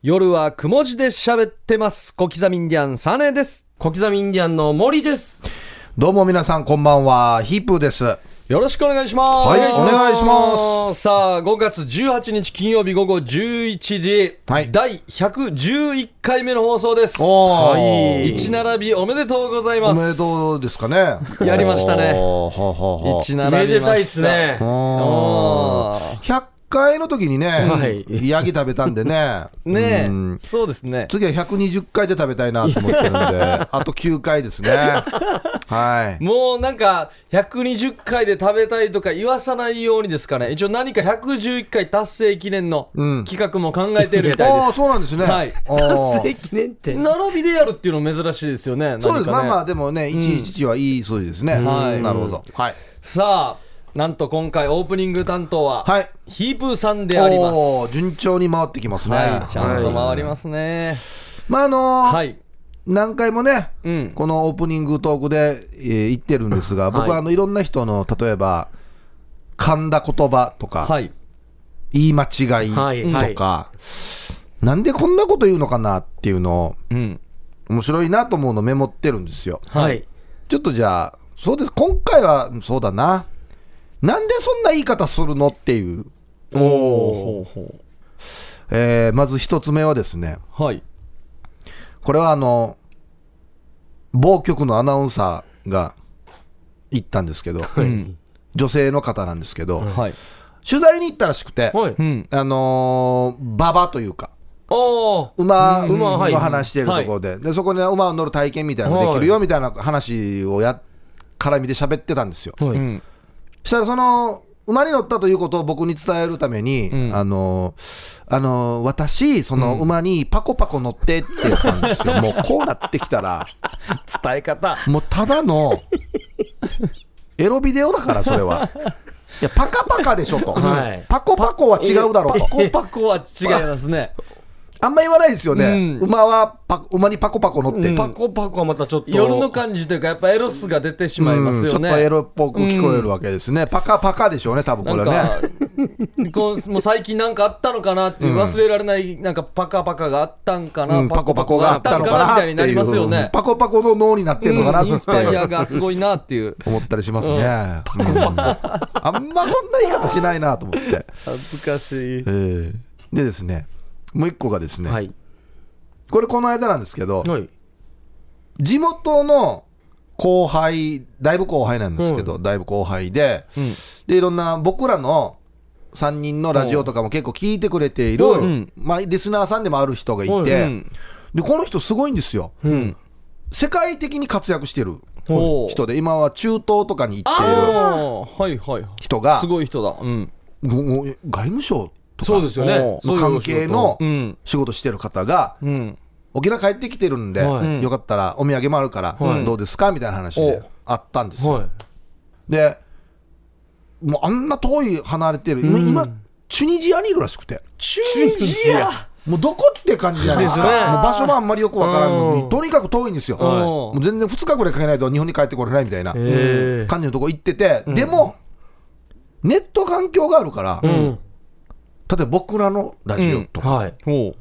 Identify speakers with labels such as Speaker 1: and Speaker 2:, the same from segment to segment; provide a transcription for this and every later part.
Speaker 1: 夜はくも字で喋ってます。小刻みインディアンサネです。
Speaker 2: 小刻みインディアンの森です。
Speaker 3: どうも皆さんこんばんは、ヒープーです。は
Speaker 1: よろしくお願いします。。
Speaker 3: はいお願いします
Speaker 1: さあ、5月18日金曜日午後11時、
Speaker 3: はい
Speaker 1: 第111回目の放送です。
Speaker 3: おー
Speaker 1: はい一並びおめでとうございま
Speaker 3: お
Speaker 1: す。
Speaker 3: めでとうですかね。
Speaker 1: やりましたね。
Speaker 2: おーはあはあはあ
Speaker 1: 一並びました
Speaker 2: めでたいっすね。
Speaker 3: お
Speaker 1: おー
Speaker 3: 100回の時にね、
Speaker 2: はい
Speaker 3: ヤギ食べたん でね。
Speaker 1: ね
Speaker 3: うん
Speaker 1: え、そうですね。
Speaker 3: 次は120回で食べたいなと思って るんで、あと9回ですね。はい。
Speaker 1: もうなんか120回で食べたいとか言わさないようにですかね一応何か111回達成記念の
Speaker 3: うん
Speaker 1: 企画も考えてるみたいです、
Speaker 3: ああ、そうなんですね。
Speaker 1: はい
Speaker 3: あー
Speaker 2: 達成記念って。
Speaker 1: 並びでやるっていうの珍しいですよね。何かね
Speaker 3: そうです。まあまあ、でもね、111はいい数字ですね。
Speaker 1: はい
Speaker 3: なるほど。はい。
Speaker 1: さあ、なんと今回オープニング担当は、
Speaker 3: はい。
Speaker 1: ヒープーさんであります。
Speaker 3: おー順調に回ってきますね。
Speaker 1: はい、ちゃんと
Speaker 3: はい
Speaker 1: 回りますね。
Speaker 3: まあ、あのー
Speaker 1: はい。
Speaker 3: 何回もね、
Speaker 1: うん。
Speaker 3: このオープニングトークで、えー言ってるんですが、僕
Speaker 2: は
Speaker 3: はいあのいろんな人の例えば、噛んだ言葉とか、
Speaker 1: はい。
Speaker 3: 言い間違い
Speaker 2: はい
Speaker 3: とか、なんでこんなこと言うのかなっていうのを、
Speaker 1: うん。
Speaker 3: 面白いなと思うのメモってるんですよ。
Speaker 2: はい。
Speaker 3: ちょっとじゃあ、そうです、今回はそうだな、なんでそんな言い方するのっていう、
Speaker 2: おおー。
Speaker 3: えーまず一つ目はですね、
Speaker 1: はい。
Speaker 3: これはあの、某局のアナウンサーが言ったんですけど、
Speaker 1: うん。
Speaker 3: 女性の方なんですけど、
Speaker 1: はい。
Speaker 3: 取材に行ったらしくて、
Speaker 2: はい。
Speaker 1: うん。
Speaker 3: あのー、馬場というか、
Speaker 2: おー
Speaker 3: 馬
Speaker 2: うん馬
Speaker 3: の
Speaker 2: はい
Speaker 3: 話しているところで、でそこで馬を乗る体験みたいなのができるよみたいな話をやっ絡みで喋ってたんですよ。
Speaker 2: は
Speaker 1: う
Speaker 2: い。
Speaker 1: ん。
Speaker 3: そしたらその馬に乗ったということを僕に伝えるために、
Speaker 1: ん
Speaker 3: あのーあのー私、その馬にパコパコ乗ってって言ったんで すよ、もうこうなってきたら、
Speaker 2: 伝え方。
Speaker 3: もうただのエロビデオだから、それは。いや、パカパカでしょと、
Speaker 2: はい
Speaker 3: パコパコは違うだろうと
Speaker 1: パ。コパコは違いますね。
Speaker 3: あんま言わないですよね、
Speaker 1: うん
Speaker 3: 馬はパ馬にパコパコ乗って、
Speaker 1: うん
Speaker 3: パ
Speaker 2: パコパコはまたちょっと。
Speaker 1: 夜の感じというか、やっぱエロスが出てしまいますよね。
Speaker 3: うんちょっとエロっぽく聞こえるわけですね、パカパカでしょうね多分こ
Speaker 1: な
Speaker 3: れ
Speaker 1: ん
Speaker 3: ね
Speaker 1: か、こうもう最近なんかあったのかなっていう、忘れられない、なんかパカパカがあったんかな、
Speaker 3: うん、パコパコがあったのか
Speaker 1: み
Speaker 3: なったて
Speaker 1: いになり
Speaker 3: い
Speaker 1: ますよ
Speaker 3: う、
Speaker 1: ね。
Speaker 3: パコパコの脳になってるのかな
Speaker 1: うんイン
Speaker 3: っ
Speaker 1: スパイア
Speaker 3: て
Speaker 1: がすごいなっていう
Speaker 3: 思ったりしますね、うんあんまこんな言い方しないなと思って、
Speaker 1: 恥ずかしい
Speaker 3: えーでですねもう一個がですね、
Speaker 2: はい。
Speaker 3: これこの間なんですけど
Speaker 2: はい。
Speaker 3: 地元の後輩だいぶ後輩なんですけど、だいぶ後輩で、
Speaker 1: ん
Speaker 3: でいろんな僕らの3人のラジオとかも結構聞いてくれている、
Speaker 1: ん
Speaker 3: まあ、リスナーさんでもある人がいて、
Speaker 2: うん
Speaker 1: うん
Speaker 3: でこの人すごいんですよ
Speaker 1: うん
Speaker 3: 世界的に活躍してる
Speaker 1: ほう
Speaker 3: 人で今は中東とかに行っている
Speaker 1: あーはいはい
Speaker 3: 人が
Speaker 1: すごい人だうん
Speaker 3: ごご外務省とか
Speaker 2: そうですよね。
Speaker 3: の関係の
Speaker 1: うん
Speaker 3: 仕事してる方が
Speaker 1: うん
Speaker 3: 沖縄帰ってきてるんで、
Speaker 2: はい
Speaker 3: よかったらお土産もあるから
Speaker 2: はい
Speaker 3: どうですかみたいな話であったんですよ、
Speaker 2: は
Speaker 3: でもうあんな遠い離れてる、今今チュニジアにいるらしくて
Speaker 1: チュニジア
Speaker 3: もうどこって感じじゃないですか
Speaker 2: ですね
Speaker 3: もう場所もあんまりよくわからんのに、
Speaker 2: うん
Speaker 3: とにかく遠いんですよ、
Speaker 2: はい。
Speaker 3: もう全然2日ぐらいかけないと日本に帰ってこれないみたいない
Speaker 2: え
Speaker 3: 感じのとこ行ってて、でもネット環境があるから、
Speaker 2: え。う
Speaker 3: 例
Speaker 2: ん。
Speaker 3: えば僕らのラジオとか、
Speaker 2: はい。
Speaker 1: ほう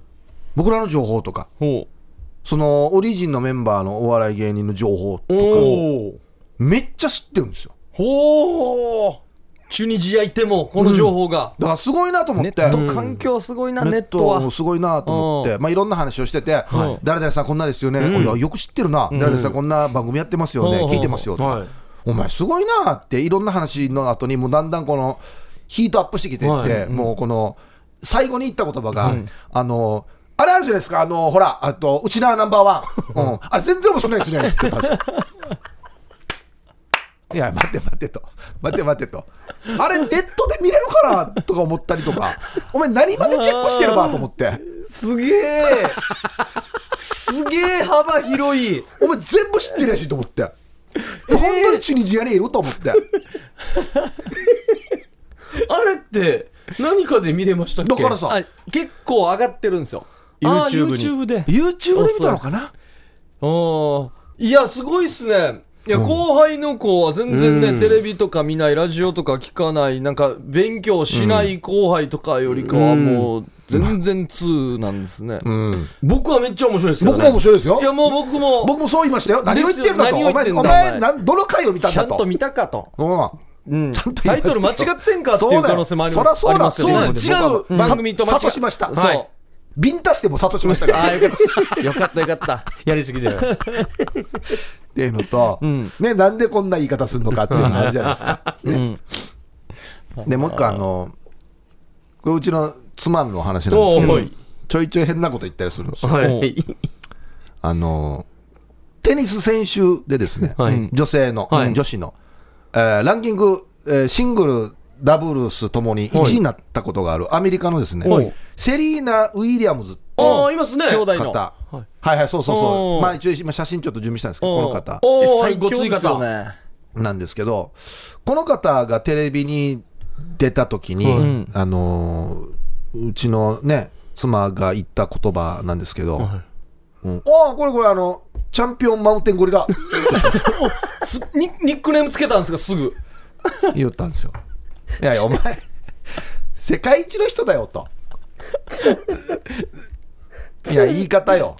Speaker 3: 僕らの情報とか
Speaker 1: ほ
Speaker 3: そのオリジンのメンバーのお笑い芸人の情報
Speaker 2: お
Speaker 3: とか
Speaker 2: お。
Speaker 3: めっちゃ知ってるんですよ
Speaker 1: うほうチュニジアいてもこの情報が
Speaker 3: だからすごいなと思っ
Speaker 1: ネ
Speaker 3: て
Speaker 1: ット環境すごいなネットは
Speaker 3: もすごいなと思って、まあ、いろんな話をしてて、
Speaker 1: はい
Speaker 3: 誰々さん、こんなですよね、
Speaker 2: ん
Speaker 3: おいやよく知ってるな、誰々さん、こんな番組やってますよね、
Speaker 1: うん
Speaker 3: 聞いてますよとか、
Speaker 2: はい
Speaker 3: お前、すごいなって、いろんな話の後に、もうだんだんこのヒートアップしてきてって、
Speaker 2: はい
Speaker 3: もうこの最後に言った言葉が、
Speaker 2: はい
Speaker 3: あの、あれあるじゃないですか、あのほら、あとうちなナンバーワン、 うん、あれ、全然面白くないですねって言ったんですよ。いや待って待ってと待って待ってとあれネットで見れるかなとか思ったりとかお前何までチェックしてるかと思って
Speaker 1: すげえ すげえ幅広い
Speaker 3: お前全部知ってるやしと思って本当にチュニジアにいると思って
Speaker 2: あれって、何かで見れましたっけ
Speaker 3: だからさ
Speaker 1: あ結構上がってるんですよ
Speaker 2: あー
Speaker 1: YouTube に
Speaker 2: YouTube で。
Speaker 3: YouTube で見たのかな
Speaker 1: ああいやすごいっすねいや、後輩の子は全然ね、テレビとか見ないラジオとか聞かないなんか勉強しない後輩とかよりかは
Speaker 2: うん
Speaker 1: もう全然2なんですね。
Speaker 3: うん、
Speaker 2: 僕はめっちゃ面白いですけど、ね、
Speaker 3: 僕も面白いですよ
Speaker 1: いや、もう僕も、
Speaker 3: 僕もそう言いましたよ何を言ってるんだと
Speaker 1: ですよ何を
Speaker 3: お前
Speaker 1: 言ってんだ
Speaker 3: お
Speaker 1: お前
Speaker 3: 前なんどの回を見たん
Speaker 1: ちゃ
Speaker 3: だ
Speaker 1: ん
Speaker 3: と
Speaker 1: と見たかと。
Speaker 3: うん
Speaker 1: うん、
Speaker 3: ちゃんと言いましたよ
Speaker 1: タイトル間違ってんかっていう可能性もあります
Speaker 3: そうだよそ
Speaker 1: あり
Speaker 3: ら
Speaker 1: ま
Speaker 3: そう
Speaker 1: す
Speaker 3: だ
Speaker 1: よね
Speaker 3: よ
Speaker 1: 違う番組と間違
Speaker 3: 諭しました
Speaker 1: そ
Speaker 3: は
Speaker 1: う
Speaker 3: い。ビンタしても諭しましたから
Speaker 1: ああ、よかった。よかった、よかった。
Speaker 2: やり すぎだよ。
Speaker 3: っていうのと、ね、なんでこんな言い方するのかっていうのがあるじゃないですか。ねで、もう一個、あの、これうちの妻の話なんです
Speaker 2: お
Speaker 3: け
Speaker 2: うお
Speaker 3: ど
Speaker 2: い、
Speaker 3: ちょいちょい変なこと言ったりするんですよ。
Speaker 2: はい。
Speaker 3: あの、テニス選手でですね、
Speaker 2: はい
Speaker 3: 女性の、
Speaker 2: はい
Speaker 3: 女子の、えーランキング、えーシングル、ダブルスともに1位になったことがあるアメリカのですね
Speaker 2: はい、
Speaker 3: セリーナ・ウィリアムズっていう
Speaker 2: ああ、いますね。
Speaker 1: 兄弟の。
Speaker 3: 方、はいはい、そうそうそ
Speaker 1: お
Speaker 3: う、
Speaker 1: ー
Speaker 3: まあ、一応、今、写真ちょっと準備したんですけど、この方。
Speaker 2: おー
Speaker 1: 最強ですよね。
Speaker 3: なんですけど、この方がテレビに出たときに、
Speaker 1: ん
Speaker 3: あのーうちのね、妻が言った言葉なんですけど、うんああ、これこれ、あの、チャンピオンマウンテンゴ リラ
Speaker 1: すニニックネームつけたんですか、すぐ。
Speaker 3: 言ったんですよ。いやいや、お前、世界一の人だ よと。いや、言い方よ。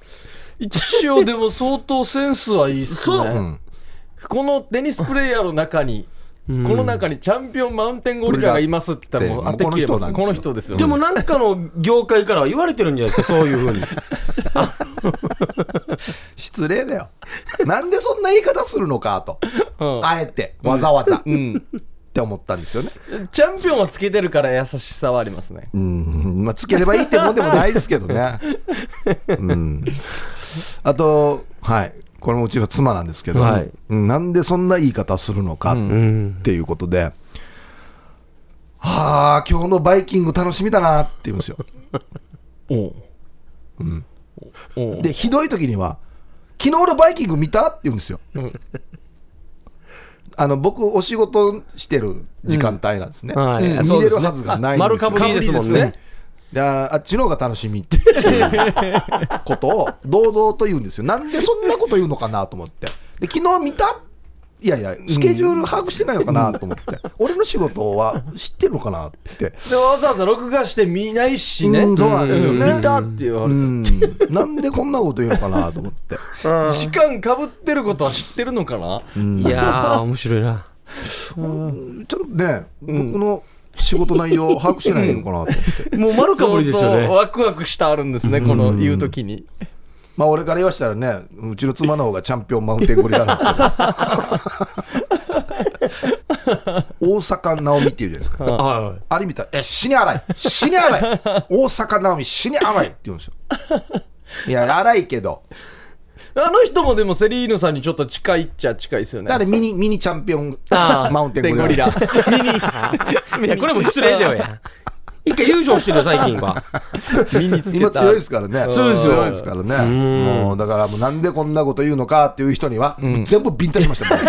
Speaker 1: 一応、でも相当センスはいいっすね。
Speaker 3: うん
Speaker 1: このテニスプレイヤーの中に、この中にチャンピオンマウンテンゴリラがいますって言ったら、もう当てきれますね
Speaker 3: こ
Speaker 1: こ
Speaker 3: の
Speaker 1: の
Speaker 3: 人
Speaker 1: 人ですよ。
Speaker 2: でも、なんかの業界からは言われてるんじゃないですか、そういうふうに。
Speaker 3: 失礼だよ。なんでそんな言い方するのかと。
Speaker 1: うん
Speaker 3: あえて、わざわざ。
Speaker 1: う
Speaker 3: っ
Speaker 1: ん、
Speaker 3: て思ったんですよね。
Speaker 1: チャンピオンはつけてるから優しさはありますね。
Speaker 3: うん、まあ、つければいいってもんでもないですけ どね。うん、あと、はい、これもうちの妻なんですけど、
Speaker 2: はい
Speaker 3: うんなんでそんな言い方するのか
Speaker 2: ん
Speaker 3: っていうことで、はあ、今日のバイキング楽しみだなって言うんですよ。
Speaker 1: おうおう
Speaker 3: で、ひどい時には、昨日のバイキング見たって言うんですよ。あの僕、お仕事してる時間帯なんですね。
Speaker 2: はい
Speaker 3: うん見れるはずがないん
Speaker 2: 丸
Speaker 3: ですよ
Speaker 2: かぶりですもんね。
Speaker 3: でああっちの方が楽しみっていうことを堂々と言うんですよ。なんでそんなこと言うのかなと思って。で昨日見たいやいや、スケジュール把握してないのかなと思 って、俺の仕事は知ってるのかなって、
Speaker 1: でわざわざ録画して見ないしね。
Speaker 3: うんそうなんですよね
Speaker 1: うん見たっていう。
Speaker 3: うん、 なんでこんなこと言うのかなと思って、
Speaker 1: 時間かぶってることは知ってるのかな、
Speaker 2: いやー、 面白いな。
Speaker 3: ちょっとね、僕の仕事内容を把握してないのかなと思って、
Speaker 2: もう丸かぶりですよ
Speaker 1: 相当
Speaker 2: ね。
Speaker 1: ワクワクしたあるんですね、この言うときに。
Speaker 3: まあ俺から言わしたらね、うちの妻の方がチャンピオンマウンテンゴリラなんですけど、大阪直美っていうじゃないですか。
Speaker 2: は
Speaker 3: あれ見たら、え、死に荒い、死に荒い、大阪直美、死に荒いって言うんですよ。いや、荒いけど、
Speaker 1: あの人もでもセリーヌさんにちょっと近いっちゃ近いですよね。
Speaker 3: あれミニ、ミニチャンピオン
Speaker 2: あー
Speaker 3: マウンテンゴ
Speaker 1: ゴ
Speaker 3: リ
Speaker 1: リ
Speaker 3: ラ
Speaker 1: ラ。。
Speaker 2: い。いや、これも失礼だよや。一回優勝してるよ、最近は。
Speaker 1: 身につけ
Speaker 3: 今
Speaker 1: た。
Speaker 3: 強いですからね、
Speaker 2: 強いですよ
Speaker 3: 強いですからね、もうだから、もうなんでこんなこと言うのかっていう人には、全部ビンタしました、ね、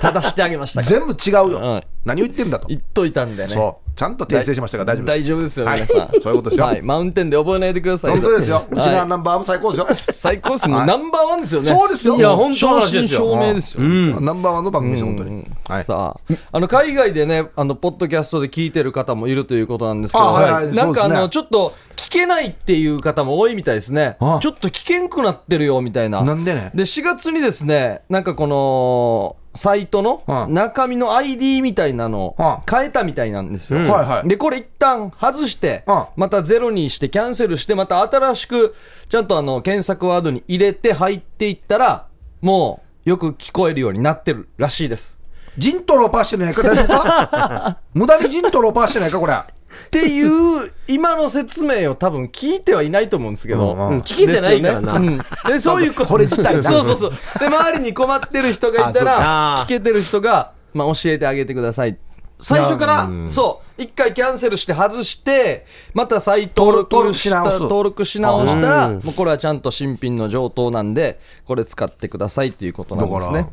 Speaker 1: 正してあげましたから。
Speaker 3: 全部違う
Speaker 1: う
Speaker 3: よ
Speaker 1: ん、
Speaker 3: 何を言ってるんだと、
Speaker 1: 言っといたんでね。
Speaker 3: そう、ちゃんと訂正しましたから、大丈夫です。
Speaker 1: 大丈夫ですよ、
Speaker 3: はい
Speaker 1: 皆さん。
Speaker 3: そういうことですよ
Speaker 1: はい、マウンテンで覚えないでください。
Speaker 3: 本当ですよ。うち
Speaker 1: はい
Speaker 3: のナンバーも最高ですよ。
Speaker 1: 最高ですね。
Speaker 3: はい
Speaker 1: ナンバーワンですよね。
Speaker 3: そうですよ。
Speaker 2: いや本当の
Speaker 1: 正
Speaker 2: 話で
Speaker 1: 真
Speaker 2: すよ
Speaker 1: 正銘ですよ。
Speaker 3: ナンバーワンの番組ですよ、本当に。はい。
Speaker 1: さああの海外でねあのポッドキャストで聞いてる方もいるということなんですけど、
Speaker 3: あはいはい
Speaker 1: なんか
Speaker 3: そ
Speaker 1: あ
Speaker 3: うですね
Speaker 1: のちょっと聞けないっていう方も多いみたいですね
Speaker 3: あ
Speaker 1: ちょっと聞けんくなってるよみたいな
Speaker 3: なんでね
Speaker 1: で4月にですねなんかこのサイト
Speaker 3: は
Speaker 1: の
Speaker 3: い
Speaker 1: 中身の ID みたいなの
Speaker 3: は
Speaker 1: を変えたみたいなんですよ、
Speaker 2: うん
Speaker 3: はいはい
Speaker 1: でこれ一旦外して
Speaker 3: うん
Speaker 1: またゼロにしてキャンセルしてまた新しくちゃんとあの検索ワードに入れて入っていったらもうよく聞こえるようになってるらしいです
Speaker 3: ジントロパーしてないか、大丈夫 か無駄にジントロパーしてないか、これ。
Speaker 1: っていう今の説明を多分聞いてはいないと思うんですけど、う
Speaker 3: う
Speaker 1: んん
Speaker 3: うん
Speaker 2: 聞けてないからな
Speaker 1: ですよねうんでそういうこと
Speaker 3: これ自体が
Speaker 1: そうそうそうで周りに困ってる人がいたら
Speaker 2: あそうか
Speaker 1: 聞けてる人が、まあ、教えてあげてください
Speaker 2: 最初から
Speaker 3: う、ん
Speaker 1: そう一回キャンセルして外してまた再登
Speaker 3: 登
Speaker 1: 録
Speaker 3: 録し
Speaker 1: した
Speaker 3: 直す
Speaker 1: 登録し直したら
Speaker 2: うん
Speaker 1: もうこれはちゃんと新品の上等なんでこれ使ってくださいっていうことな
Speaker 3: だ
Speaker 1: んです
Speaker 3: から
Speaker 1: ね。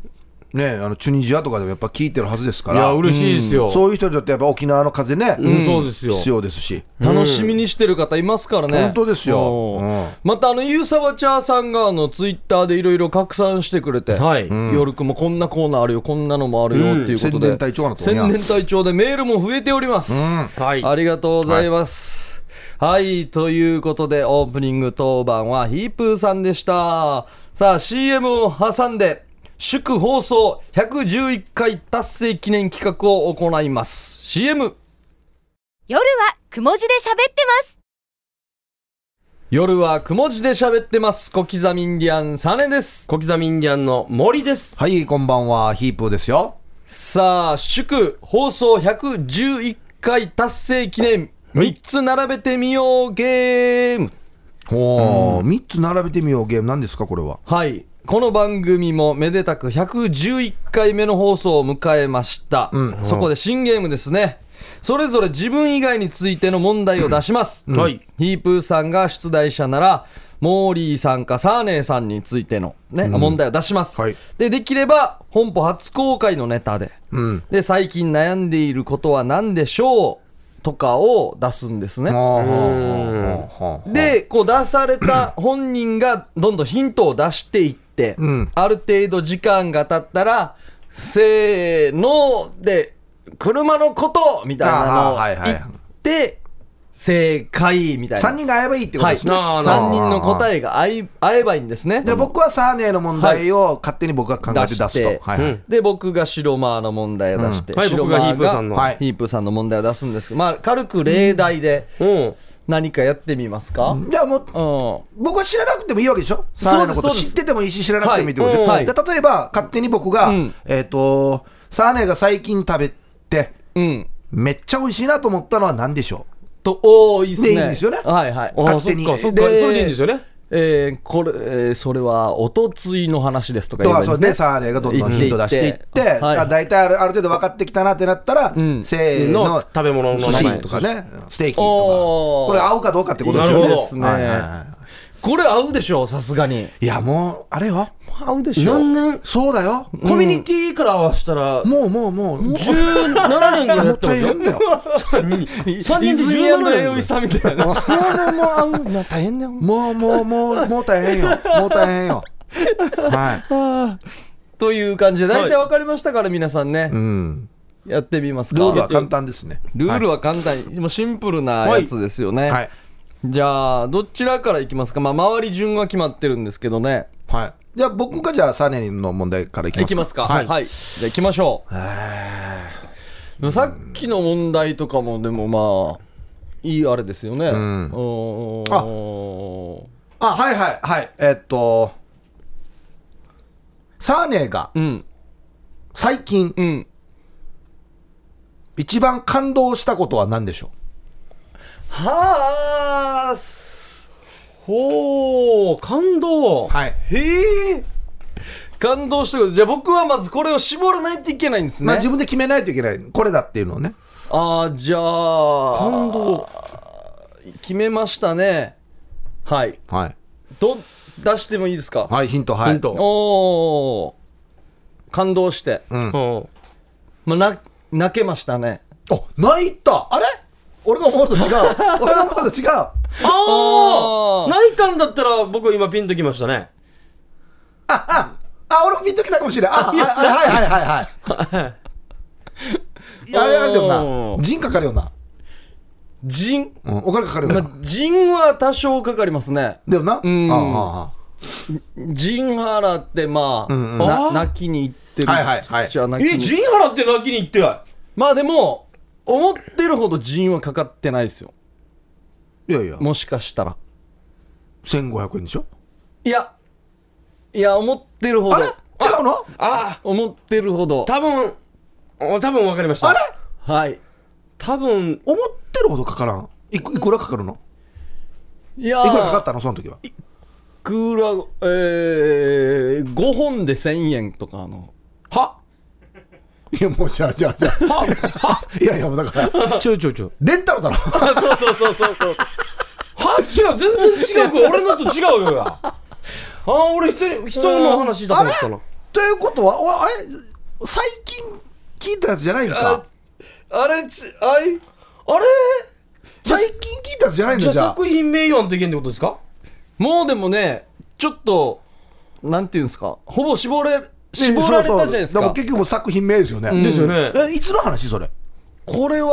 Speaker 3: ね、あのチュニジアとかでもやっぱ聞いてるはずですか
Speaker 2: いや、
Speaker 3: ら。
Speaker 2: 嬉しいですよ。
Speaker 3: そういう人にとってやっぱ沖縄の風ね、
Speaker 2: うんそうですよ。
Speaker 3: 必要ですし。
Speaker 1: 楽しみにしてる方いますからね、
Speaker 3: 本当ですよ
Speaker 1: おー
Speaker 3: うん
Speaker 1: またあのゆうさばちゃーさんがあのツイッターでいろいろ拡散してくれて、
Speaker 2: はい。
Speaker 1: 夜くもこんなコーナーあるよこんなのもあるよっていうことで、
Speaker 3: うん宣伝隊長なのとね
Speaker 1: 宣伝隊長でメールも増えております、
Speaker 3: うん
Speaker 2: はい。
Speaker 1: ありがとうございます、はい、ということでオープニング当番はヒープーさんでした。さあ、CM を挟んで、祝放送111回達成記念企画を行います。CM!
Speaker 4: 夜はくも字で喋ってます
Speaker 1: 夜はくも字で喋ってます。小刻みインディアンサネです。
Speaker 2: 小刻みインディアンの森です。
Speaker 3: はい、こんばんは、ヒープーですよ。
Speaker 1: さあ、祝放送111回達成記念
Speaker 2: はい
Speaker 1: 3つ並べてみようゲーム。
Speaker 3: ほう、3つ並べてみよう、ゲーム、何ですか、これは。
Speaker 1: はい。この番組もめでたく111回目の放送を迎えました。
Speaker 3: ん
Speaker 1: そこで新ゲームですね。それぞれ自分以外についての問題を出します。
Speaker 2: はい
Speaker 1: ヒープーさんが出題者なら、モーリーさんかサーネーさんについての、ね問題を出します、
Speaker 3: はい
Speaker 1: で。できれば本舗初公開のネタで、
Speaker 3: うん。
Speaker 1: で最近悩んでいることは何でしょうとかを出すんですね。
Speaker 3: ほうほうほうほう
Speaker 1: でこう出された本人がどんどんヒントを出していって、
Speaker 3: うん
Speaker 1: ある程度時間が経ったら「せーの」で「車のこと」みたいなの
Speaker 3: あー
Speaker 1: を
Speaker 3: はいはい
Speaker 1: 言って正解みたいな
Speaker 3: 3人が会えばいいってこと
Speaker 1: は
Speaker 3: で
Speaker 1: い、
Speaker 3: すね。
Speaker 2: あー
Speaker 1: 3人の答えが合い合えばいいんですね
Speaker 3: じゃあ僕はサーネーの問題を勝手に僕が考えて出すと。
Speaker 1: 出して
Speaker 3: はいはい
Speaker 1: で僕が白マーの問題を出して、
Speaker 2: はい、
Speaker 1: 白
Speaker 2: 僕
Speaker 1: マ
Speaker 2: がヒープーさんの。
Speaker 3: はい
Speaker 1: ヒープーさんの問題を出すんですけど、まあ、軽く例題で
Speaker 2: うん。
Speaker 1: 何かやってみますか、うん
Speaker 3: じゃあもう、僕は知らなくてもいいわけでしょサーネーのこと
Speaker 1: そうですそうで
Speaker 3: 知
Speaker 1: す
Speaker 3: っててもいいし、知らなくてもいいってことでしょ、
Speaker 1: はい
Speaker 3: で例えば、勝手に僕が、
Speaker 1: うん
Speaker 3: えっ、と、サーネーが最近食べて、
Speaker 1: うん
Speaker 3: めっちゃ美味しいなと思ったのは何でしょ
Speaker 1: と多いですね
Speaker 3: でいいんですよね
Speaker 1: はいはい
Speaker 2: ああ、
Speaker 3: 勝
Speaker 2: そ
Speaker 3: 手
Speaker 2: っ
Speaker 3: に
Speaker 2: か、そっか、それでいいんですよね。
Speaker 1: えーこれ、えーそれはおとついの話ですと
Speaker 3: う
Speaker 1: か
Speaker 3: と
Speaker 1: 言えば
Speaker 3: か、
Speaker 1: いい
Speaker 3: そ
Speaker 1: ですね
Speaker 3: うで、サーネーがどんどんヒント出していって、
Speaker 1: 行ってはい
Speaker 3: あ大体あるある程度分かってきたなってなったら、
Speaker 1: ん
Speaker 3: せーの、
Speaker 2: の食べ物の名
Speaker 3: 寿
Speaker 2: 前
Speaker 3: 司とかね、ステーキとか、
Speaker 1: おー
Speaker 3: これ合うかどうかってことです
Speaker 2: なる
Speaker 3: よ
Speaker 2: ほ
Speaker 3: ね。
Speaker 2: ど
Speaker 1: ですね、
Speaker 3: はいはいは
Speaker 1: これ合うでしょうさすがに
Speaker 3: いいや、もう、あれよ、
Speaker 1: 合うで
Speaker 2: 何年
Speaker 3: そうだよ、
Speaker 2: コミュニティから合わせたら、
Speaker 3: もうもうもう、もう
Speaker 2: 17年ぐらいやってます
Speaker 3: 大
Speaker 2: よ。
Speaker 3: 変だよ。
Speaker 2: 3
Speaker 1: ディ
Speaker 2: 年で
Speaker 1: ズニーのエ
Speaker 2: 17
Speaker 1: オイ
Speaker 2: 年。
Speaker 1: さんみたいなもうもう合うな大変だよ
Speaker 3: もうもうもうもう大変よ。もう大変よ。はい。
Speaker 1: という感じで大体わかりましたから、皆さんね、
Speaker 3: うん。
Speaker 1: やってみますか
Speaker 3: ルールは簡単ですね。
Speaker 1: ルール
Speaker 3: は
Speaker 1: は簡単、もうシンプルなやつですよね、
Speaker 3: いはい
Speaker 1: じゃあどちらからいきますかまあ周り順は決まってるんですけどね
Speaker 3: はい。じゃあ僕がじゃあサネリンの問題からいきます
Speaker 1: いきますか
Speaker 3: は
Speaker 1: はい、
Speaker 3: い。
Speaker 1: じゃあ行きましょうでもさっきの問題とかもでもまあいいあれですよね
Speaker 3: ん
Speaker 1: お
Speaker 3: あ
Speaker 1: ー
Speaker 3: あはいはいはい。えっとサーネが
Speaker 1: うん
Speaker 3: 最近
Speaker 1: うん
Speaker 3: 一番感動したことは何でしょ
Speaker 1: はあす
Speaker 2: ほー、感動
Speaker 3: う。はい。
Speaker 1: へえ感動したことじゃあ僕はまずこれを絞らないといけないんですね、
Speaker 3: まあ自分で決めないといけない。これだっていうのをね。
Speaker 1: ああじゃあ
Speaker 2: 感動。
Speaker 1: 決めましたねはい
Speaker 3: はい。
Speaker 1: ど出してもいいですか
Speaker 3: はいヒントはい。
Speaker 2: ヒント
Speaker 1: おー感動して、
Speaker 3: うん。あ
Speaker 2: うん。
Speaker 1: まあ、な泣けましたね
Speaker 3: 泣いた。あれ？俺が思うと違う。俺が思うと違う。
Speaker 2: あ
Speaker 1: あ
Speaker 2: あ
Speaker 1: ー
Speaker 2: 泣いたんだったら僕今ピンときましたね。
Speaker 3: あ、あ、あ、俺もピンときたかもしれない。あ、ああはいはいはいはい。いやあれあれだよ
Speaker 2: お
Speaker 3: な。
Speaker 2: ー
Speaker 3: 人かかるよな。
Speaker 1: 人
Speaker 3: うん、お金かかるよ
Speaker 1: ま
Speaker 3: な
Speaker 1: あ。、人は多少かかりますね
Speaker 3: だよな。
Speaker 1: ん
Speaker 3: あああ
Speaker 1: 人払ってまあ、
Speaker 3: んうん
Speaker 1: な
Speaker 2: あー
Speaker 1: 泣きに行ってる
Speaker 3: はいはいはい
Speaker 1: じゃあ泣きに
Speaker 2: え、陣払って泣きに行ってない。
Speaker 1: まあでも思ってるほど人はかかってないですよ
Speaker 3: いやいや、
Speaker 1: もしかしたら
Speaker 3: 1500円でしょ
Speaker 1: いやいや思ってるほど
Speaker 3: あれ違うの
Speaker 2: ああ、
Speaker 1: 思ってるほど
Speaker 2: 多分、お多分分かりました。
Speaker 3: あれ
Speaker 1: はい
Speaker 2: 多分、
Speaker 3: 思ってるほどかからん。いくいくらかかるの
Speaker 1: いや
Speaker 3: いくらかかっ
Speaker 1: ー
Speaker 3: たのその時は。
Speaker 1: いくらえー、5本で1000円とかの
Speaker 2: はい
Speaker 3: や、もうじゃあじゃあじゃあ。 いやいや、もうだから、
Speaker 2: ちょいちょいちょい。
Speaker 3: レンタルだろ。
Speaker 1: そうそうそうそうそう
Speaker 2: は違う、全然違う。これ俺のと違うよ。ああ、俺人、人の話だと思ってたな。
Speaker 3: ということは、おあれ最近聞いたやつじゃないのか。
Speaker 1: あれちあい
Speaker 2: あれ
Speaker 3: 最近聞いたやつじゃない
Speaker 2: じゃ
Speaker 3: の
Speaker 2: あ
Speaker 3: じゃあ。
Speaker 2: 作品名言わんといけんってことですか
Speaker 1: もうでもねちょっとなんていうんですかほぼ絞れ絞られたじゃないです
Speaker 3: そうそう
Speaker 1: か
Speaker 3: も結局もう作品名ですよね。
Speaker 2: ですよね。
Speaker 3: えいつの話それ
Speaker 1: これは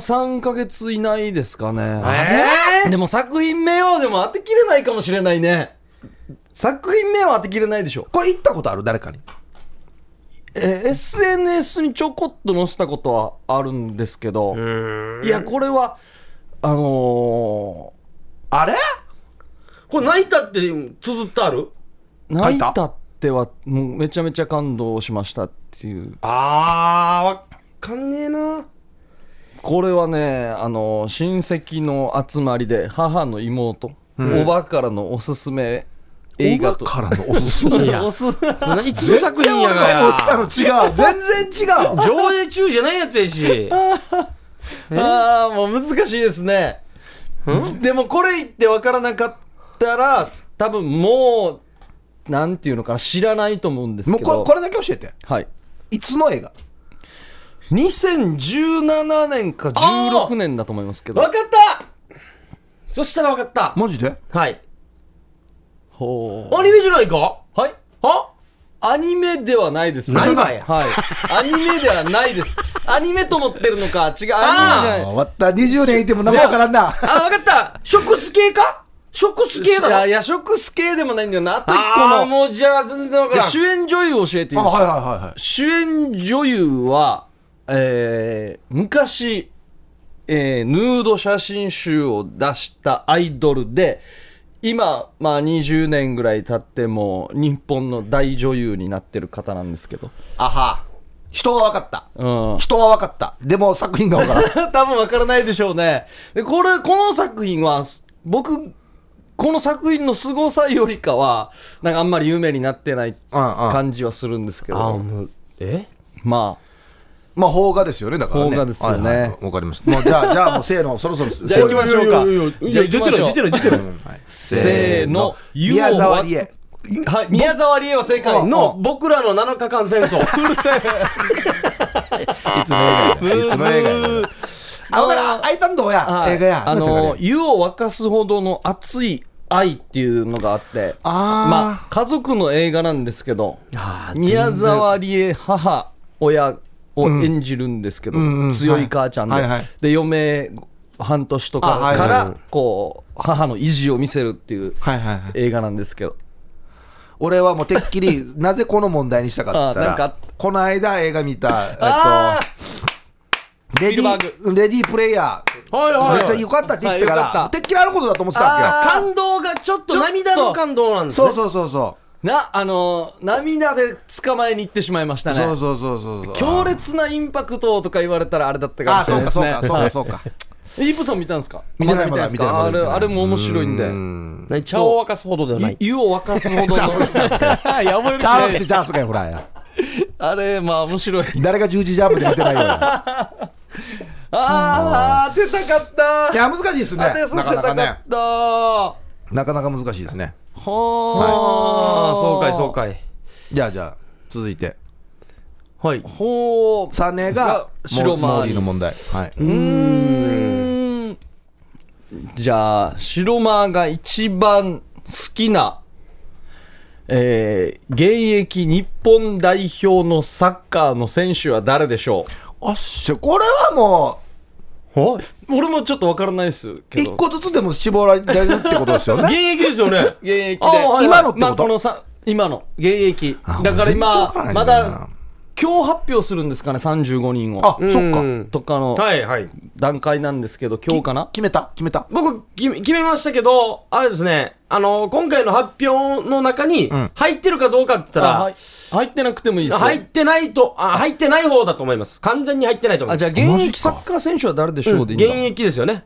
Speaker 1: 3ヶ月以内ですかね。
Speaker 2: え
Speaker 1: でも作品名はでも当てきれないかもしれないね。作品名は当てきれないでしょ。
Speaker 3: これ行ったことある誰かに
Speaker 1: えー SNS にちょこっと載せたことはあるんですけど、いや、これは、あの
Speaker 3: あれ
Speaker 2: これ泣いたって綴ってある
Speaker 1: ー、泣いたっては、もうめちゃめちゃ感動しましたっていう。
Speaker 2: あーわかんねえな
Speaker 1: これはね、あの親戚の集まりで母の妹、おばからのおすすめ映画と
Speaker 3: おばからのおすすめ
Speaker 2: いや
Speaker 1: おす
Speaker 2: そんないつの作品やが
Speaker 3: 全然俺が思ってたの
Speaker 2: や
Speaker 3: 違う全然 違う
Speaker 2: 上映中じゃないやつや し
Speaker 1: ああもう難しいですねでもこれ言って分からなかったら多分もうなんていうのかな知らないと思うんです
Speaker 3: もう
Speaker 1: けど
Speaker 3: これこれだけ教えて
Speaker 1: はい
Speaker 3: いつの映画
Speaker 1: 2017年か
Speaker 2: あー
Speaker 1: 16年だと思いますけ
Speaker 2: わか
Speaker 1: ど
Speaker 2: ったそしたらわかった
Speaker 3: マジで
Speaker 2: はい
Speaker 1: ほう
Speaker 2: アニメじゃないか
Speaker 1: はい
Speaker 2: は
Speaker 1: アニメではないですね
Speaker 2: ないわや
Speaker 1: はい。アニメではないです。アニメと思ってるのか、違う、アニメじゃない。
Speaker 3: 終わった20年いても何もわからんな
Speaker 2: あ、わかった食す系か食す系だ
Speaker 1: いや
Speaker 2: ろ
Speaker 1: 夜食す系でもないんだよな。あと一個
Speaker 2: あー
Speaker 1: の。
Speaker 2: もうじゃあ全然わか
Speaker 1: じゃあ
Speaker 2: らん
Speaker 1: 主演女優を教えていい
Speaker 3: あ
Speaker 1: ですか
Speaker 3: はいはいはい
Speaker 1: 主演女優は、えー昔、えーヌード写真集を出したアイドルで、今、まあ20年ぐらい経っても、日本の大女優になってる方なんですけど。
Speaker 3: あは人は分かった
Speaker 1: うん。
Speaker 3: 人は分かったでも作品が分からん
Speaker 1: 多分わからないでしょうね。で、これ、この作品は、僕、この作品の凄さよりかは、なんかあんまり有名になってない
Speaker 3: うんうん
Speaker 1: 感じはするんですけ
Speaker 2: あ
Speaker 1: ど、
Speaker 2: もうえ
Speaker 1: まあ、
Speaker 3: まあ邦画ですよねだからね
Speaker 1: 邦画ですよね
Speaker 3: はいはいわかりましたもうじゃあじゃあもうせーのそろそろじ
Speaker 1: じゃあ行きましょうか。
Speaker 2: いやいやいやいや
Speaker 1: じゃあ
Speaker 2: 出てない出てない出てない
Speaker 1: せーの、湯
Speaker 3: 宮
Speaker 1: を
Speaker 3: 沢
Speaker 1: わ
Speaker 3: りえ
Speaker 1: はい、宮沢りえは正解。
Speaker 2: の僕らの7日間戦 争
Speaker 3: いつの映画やいつの映画やあ分からんアイタンドや
Speaker 1: はい
Speaker 3: 映画や
Speaker 1: あ
Speaker 3: なんていう
Speaker 1: の
Speaker 3: かね
Speaker 1: 湯を沸かすほどの熱い愛っていうのがあって、ま
Speaker 3: あ
Speaker 1: あ、家族の映画なんですけど、
Speaker 2: あー全然
Speaker 1: 宮沢りえ母親を演じるんですけど、
Speaker 3: うんうんうん
Speaker 1: 強い母ちゃんで、
Speaker 3: はいはいはい
Speaker 1: で嫁半年と
Speaker 3: あは
Speaker 1: か
Speaker 3: い
Speaker 1: か
Speaker 3: はいはい
Speaker 1: らこう母の意地を見せるっていう
Speaker 3: あはいはいはい
Speaker 1: 映画なんですけど、
Speaker 3: 俺はもうてっきり なぜこの問題にしたかって言
Speaker 1: あ
Speaker 3: っ
Speaker 1: な
Speaker 3: た
Speaker 1: ん
Speaker 3: ら
Speaker 1: か
Speaker 3: この間映画見た
Speaker 1: あ
Speaker 3: えっとレデ
Speaker 1: スピルバー
Speaker 3: ィレディープレイヤ
Speaker 2: はい
Speaker 3: ー
Speaker 2: は
Speaker 3: め
Speaker 2: い
Speaker 3: っちゃ良かったって言ってたか
Speaker 1: はいよからった
Speaker 3: てっきりあることだと思ってたわ
Speaker 2: 感動がちょっと涙の感動なん
Speaker 3: け
Speaker 2: で
Speaker 3: よ
Speaker 2: すね
Speaker 3: そうそうそうそ
Speaker 1: なあの涙で捕まえに行ってしまいました
Speaker 3: う
Speaker 1: ね
Speaker 3: そうそうそうそうそう
Speaker 1: 強烈なインパクトとか言われたらあれだったか
Speaker 3: あ
Speaker 1: も
Speaker 3: ー
Speaker 1: しれ
Speaker 3: そ
Speaker 1: な
Speaker 3: う
Speaker 1: い
Speaker 3: か
Speaker 1: です
Speaker 3: そ
Speaker 1: ね
Speaker 3: うかそうかそうか
Speaker 1: イープさん見たんですか
Speaker 3: 見てないまだ
Speaker 1: 見て
Speaker 3: 見てない
Speaker 1: な
Speaker 3: ま
Speaker 1: い
Speaker 3: だ
Speaker 1: で
Speaker 3: 見
Speaker 1: すか
Speaker 3: てない
Speaker 1: あれあれも面白いんで
Speaker 3: うん
Speaker 2: 何茶を沸かすほどではない
Speaker 1: い湯を沸かすほ どのいや覚え
Speaker 3: チャーク
Speaker 1: て
Speaker 3: し
Speaker 1: る
Speaker 3: てチャースかよほらや
Speaker 1: あれまあ面白い
Speaker 3: 誰が十字ジャンプで見てないよ い
Speaker 1: あー当てたかった
Speaker 3: や難しいですね
Speaker 1: 当てさ
Speaker 3: な
Speaker 1: せ
Speaker 3: か
Speaker 1: た
Speaker 3: な
Speaker 1: か
Speaker 3: か
Speaker 1: っ
Speaker 3: ね
Speaker 1: たは
Speaker 3: なかなか難しいですね
Speaker 2: あ
Speaker 1: あ
Speaker 2: あそうかいそうかい
Speaker 3: じゃあじゃあ続いて
Speaker 2: はい
Speaker 1: ほう
Speaker 3: サネが
Speaker 1: 白
Speaker 3: モ
Speaker 1: 回
Speaker 3: ーリ
Speaker 1: り
Speaker 3: ーの問題はいう
Speaker 1: ーんじゃあ白間が一番好きなえー、現役日本代表のサッカーの選手は誰でしょ
Speaker 3: あっしょこれはもう
Speaker 2: はいう
Speaker 1: 俺もちょっとわからないですけ
Speaker 3: 一
Speaker 1: ど
Speaker 3: 個ずつでも絞られてるってことで すよ
Speaker 2: 現
Speaker 3: ね。
Speaker 2: 役ですよね
Speaker 1: 現役で
Speaker 2: あーはい
Speaker 3: 今のってこと
Speaker 1: まあ、このさ今の現役
Speaker 3: あ
Speaker 1: だから
Speaker 3: 全然
Speaker 1: 今
Speaker 3: わからないん
Speaker 1: ま
Speaker 3: だよな
Speaker 1: だ今日発表するんですかね35人を
Speaker 3: あ、そっか。
Speaker 2: ん
Speaker 1: とかの
Speaker 2: はいはい
Speaker 1: 段階なんですけど今日かな
Speaker 3: 決めた決めた。
Speaker 2: 僕決め決めましたけどあれですねあの今回の発表の中に
Speaker 3: ん
Speaker 2: 入ってるかどうかって言ったら、
Speaker 1: あはい入ってなくてもいいですよ
Speaker 2: 入ってないとあ入ってない方だと思います完全に入ってないと思い
Speaker 1: あ
Speaker 2: ま
Speaker 1: じ
Speaker 2: す
Speaker 1: ゃあ現
Speaker 3: マジ
Speaker 1: 役
Speaker 3: か
Speaker 1: サッカー選手は誰でしょうでいいん
Speaker 2: 現
Speaker 1: だ、
Speaker 2: 役ですよね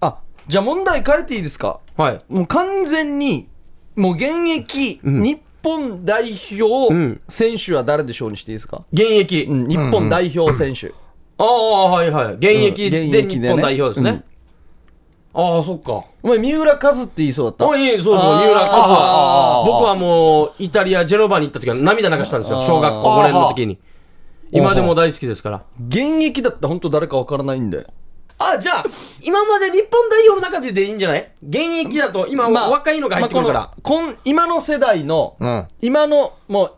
Speaker 1: あじゃあ問題変えていいですか
Speaker 2: はい
Speaker 1: もう完全にもう現役、日本代表
Speaker 2: ん
Speaker 1: 選手は誰でしょうにしていいですか、
Speaker 2: 現役、
Speaker 1: うん、日本代表選手、
Speaker 2: ああはいはい現役
Speaker 1: うん現
Speaker 2: で
Speaker 1: 役で
Speaker 2: 日
Speaker 1: ね
Speaker 2: 本代表ですね、ああそっか
Speaker 1: お前三浦和って言いそうだ
Speaker 2: あ
Speaker 1: っ
Speaker 2: いいそうそう三浦和也
Speaker 1: あー
Speaker 2: 僕はもうイタリアジェノバに行った時は涙流したんですよ
Speaker 1: あー
Speaker 2: 小学校5年の時に今でも大好きですから
Speaker 1: た現役だったら本当誰かわからないんで
Speaker 2: あじゃあ今まで日本代表の中ででいいんじゃない現役だと今、若いのが入ってくるから、
Speaker 1: まあこのこん今の世代の、
Speaker 3: うん。
Speaker 1: 今のも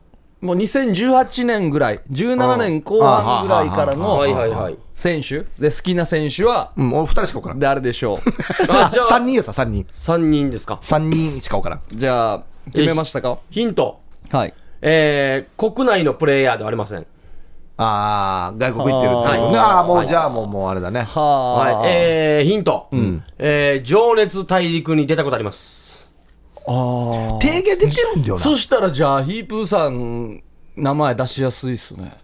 Speaker 1: うもう2018年ぐらい17年後半ぐらいからの
Speaker 2: はいはいはい。
Speaker 1: 選手で好きな選手は
Speaker 3: うん、俺2人しか分からん。
Speaker 1: 誰でしょ
Speaker 2: あ、じゃ
Speaker 3: 3
Speaker 2: あ、
Speaker 3: 人やさ、3人。
Speaker 2: 3人ですか。
Speaker 3: 3人しか分からん。
Speaker 1: うじゃあ決めましたか
Speaker 2: ヒント。
Speaker 1: はい
Speaker 2: えー、国内のプレイヤーではありません。
Speaker 3: ああ、外国行ってるってことね。
Speaker 2: あー
Speaker 3: ああー、も
Speaker 2: は
Speaker 3: う、
Speaker 2: い
Speaker 3: じゃあもう、もうあれだね。
Speaker 1: は
Speaker 2: はい。えー、ヒント。えー、情熱大陸に出たことあります。
Speaker 3: 提言できてるんだよな。
Speaker 1: そしたらじゃあヒープーさん名前出しやすいっすね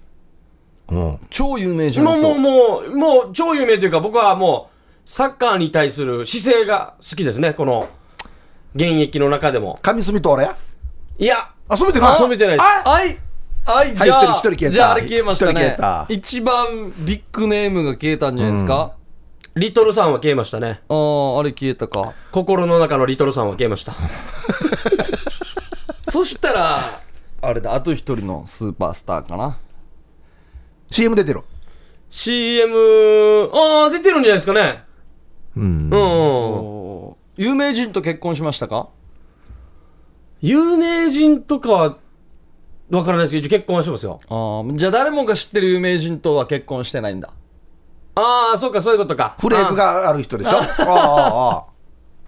Speaker 3: うん
Speaker 1: 超有名じゃな
Speaker 2: も
Speaker 1: いうと
Speaker 2: もうもう、もう超有名というか、僕はもう、サッカーに対する姿勢が好きですね、この、現役の中でも。
Speaker 3: 上住と俺や
Speaker 2: いや、
Speaker 3: あ、染めてない
Speaker 2: 染めてないです
Speaker 3: あ
Speaker 1: はいはいじゃあ、
Speaker 3: 一人一人消えた
Speaker 1: じゃああれ消えましたね
Speaker 3: 一人消えた
Speaker 1: 一番ビッグネームが消えたんじゃないですか、
Speaker 2: リトルさんは消えましたね。
Speaker 1: あああれ消えたか
Speaker 2: 心の中のリトルさんは消えま した。
Speaker 1: そしたらあれだあと一人のスーパースターかな
Speaker 3: CM 出てる。
Speaker 2: CM、ああ、出てるんじゃないですかね。
Speaker 3: うん。
Speaker 2: うん。
Speaker 1: 有名人と結婚しましたか
Speaker 2: 有名人とかは、わからないですけど、一応結婚はしてますよ。
Speaker 1: ああじゃあ誰もが知ってる有名人とは結婚してないん だ
Speaker 2: ああ、そうか、そういうことか。
Speaker 3: フレーズがある人でしょ。あーあー、あー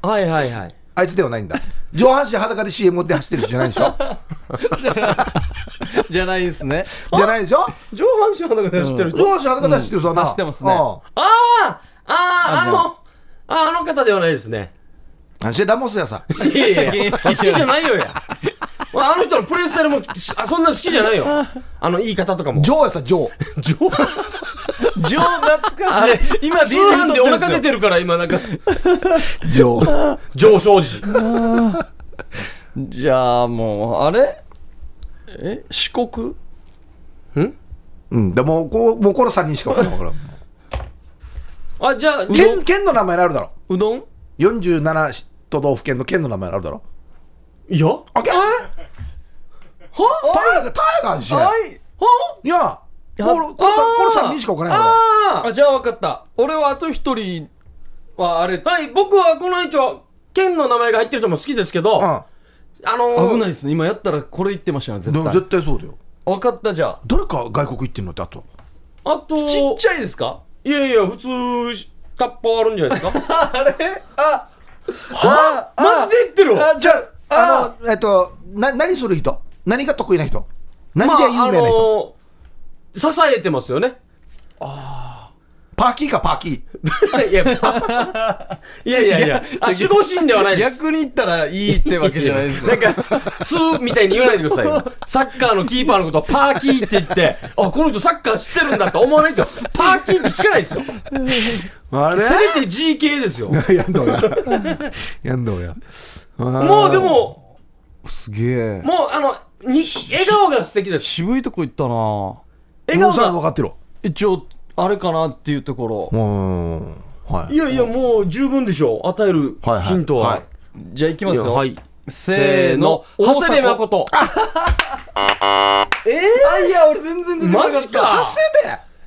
Speaker 2: あ。はいはいはい。
Speaker 3: あいつではないんだ。上半身裸で CM で走ってる人じゃないでしょ。
Speaker 1: じゃないですね
Speaker 3: じゃないでしょ。
Speaker 2: 上半身裸で知ってる
Speaker 3: 上半身裸で走ってる人はな。
Speaker 1: 走ってますね
Speaker 3: う
Speaker 2: ああああ、あの、ああの方ではないですね。
Speaker 3: んなんしてラモスやさ。
Speaker 2: いやいやいや、好きじ ゃないよや。あの人のプレイスタイルもすあそんな好きじゃないよ。あの言い方とかも。
Speaker 3: ジョーやさ、ジョー。
Speaker 2: 上
Speaker 1: 上懐かしい
Speaker 2: あれ、今、通
Speaker 1: BGM
Speaker 2: 販でお腹出てるから、今、なんか、
Speaker 3: ジョー。
Speaker 2: 上昇時。
Speaker 1: じゃあもうあれえ四国
Speaker 3: うん。でも、こう、もうこの3人しか分からんわから
Speaker 2: あ、
Speaker 3: ん。
Speaker 2: じゃあ、け
Speaker 3: 県、県の名前あるだろ。
Speaker 1: うどん
Speaker 3: 47都道府県の県の名前あるだろ。
Speaker 2: いや、
Speaker 3: あ、け、えはタイガー、タイガーにしない。
Speaker 1: い
Speaker 3: いや、もう、これさ、これさ、人しか分からないから。
Speaker 2: あ
Speaker 1: あじゃあ分かった俺はあと一人はあれ
Speaker 2: あ、はい、僕はこの一応、県の名前が入ってる人も好きですけど、あ
Speaker 3: うん。
Speaker 2: のー、
Speaker 1: 危ないですね今やったらこれ言ってましたね絶
Speaker 3: でも
Speaker 1: 対
Speaker 3: 絶対そうだよ
Speaker 1: 分かったじゃあ
Speaker 3: 誰か外国行ってんのってあと
Speaker 2: あと、
Speaker 1: ちっちゃいですか
Speaker 2: いやいや、普通し、タッパーあるんじゃないですか。
Speaker 1: あれあはあ
Speaker 2: マジで言ってるわ
Speaker 1: あじゃ
Speaker 3: あのえっとな何する人何が得意な人何で有名な人、
Speaker 2: ー支えてますよね。
Speaker 3: パーキーかパーキー
Speaker 2: い や、いやいやいや、あ、守護神ではないです。
Speaker 1: 逆に言ったらいいってわけじゃないです
Speaker 2: なんか、ツーみたいに言わないでくださいよ。サッカーのキーパーのことをパーキーって言って、あ、この人サッカー知ってるんだって思わないですよ。パーキーって聞かないですよ。
Speaker 3: あ
Speaker 2: せめて GK ですよ。も
Speaker 3: れ やんどうややんどうやも
Speaker 2: うでも、
Speaker 3: すげえ
Speaker 2: もうあの、に笑顔が素敵です。
Speaker 1: 渋いとこ行ったな
Speaker 2: 笑
Speaker 3: もうさ
Speaker 2: 顔が。
Speaker 3: 分かってろ
Speaker 1: 一応あれかなっていうところ
Speaker 3: うーんはい
Speaker 2: いやいや、もう十分でしょう。与える
Speaker 3: はいはい
Speaker 2: ヒント
Speaker 3: は
Speaker 2: は。
Speaker 1: じゃあ行きますよ
Speaker 2: はい。
Speaker 1: せーの
Speaker 2: 長谷部
Speaker 1: 大阪
Speaker 2: 誠。
Speaker 1: えー、あいや俺全然出てこなかった
Speaker 2: マジか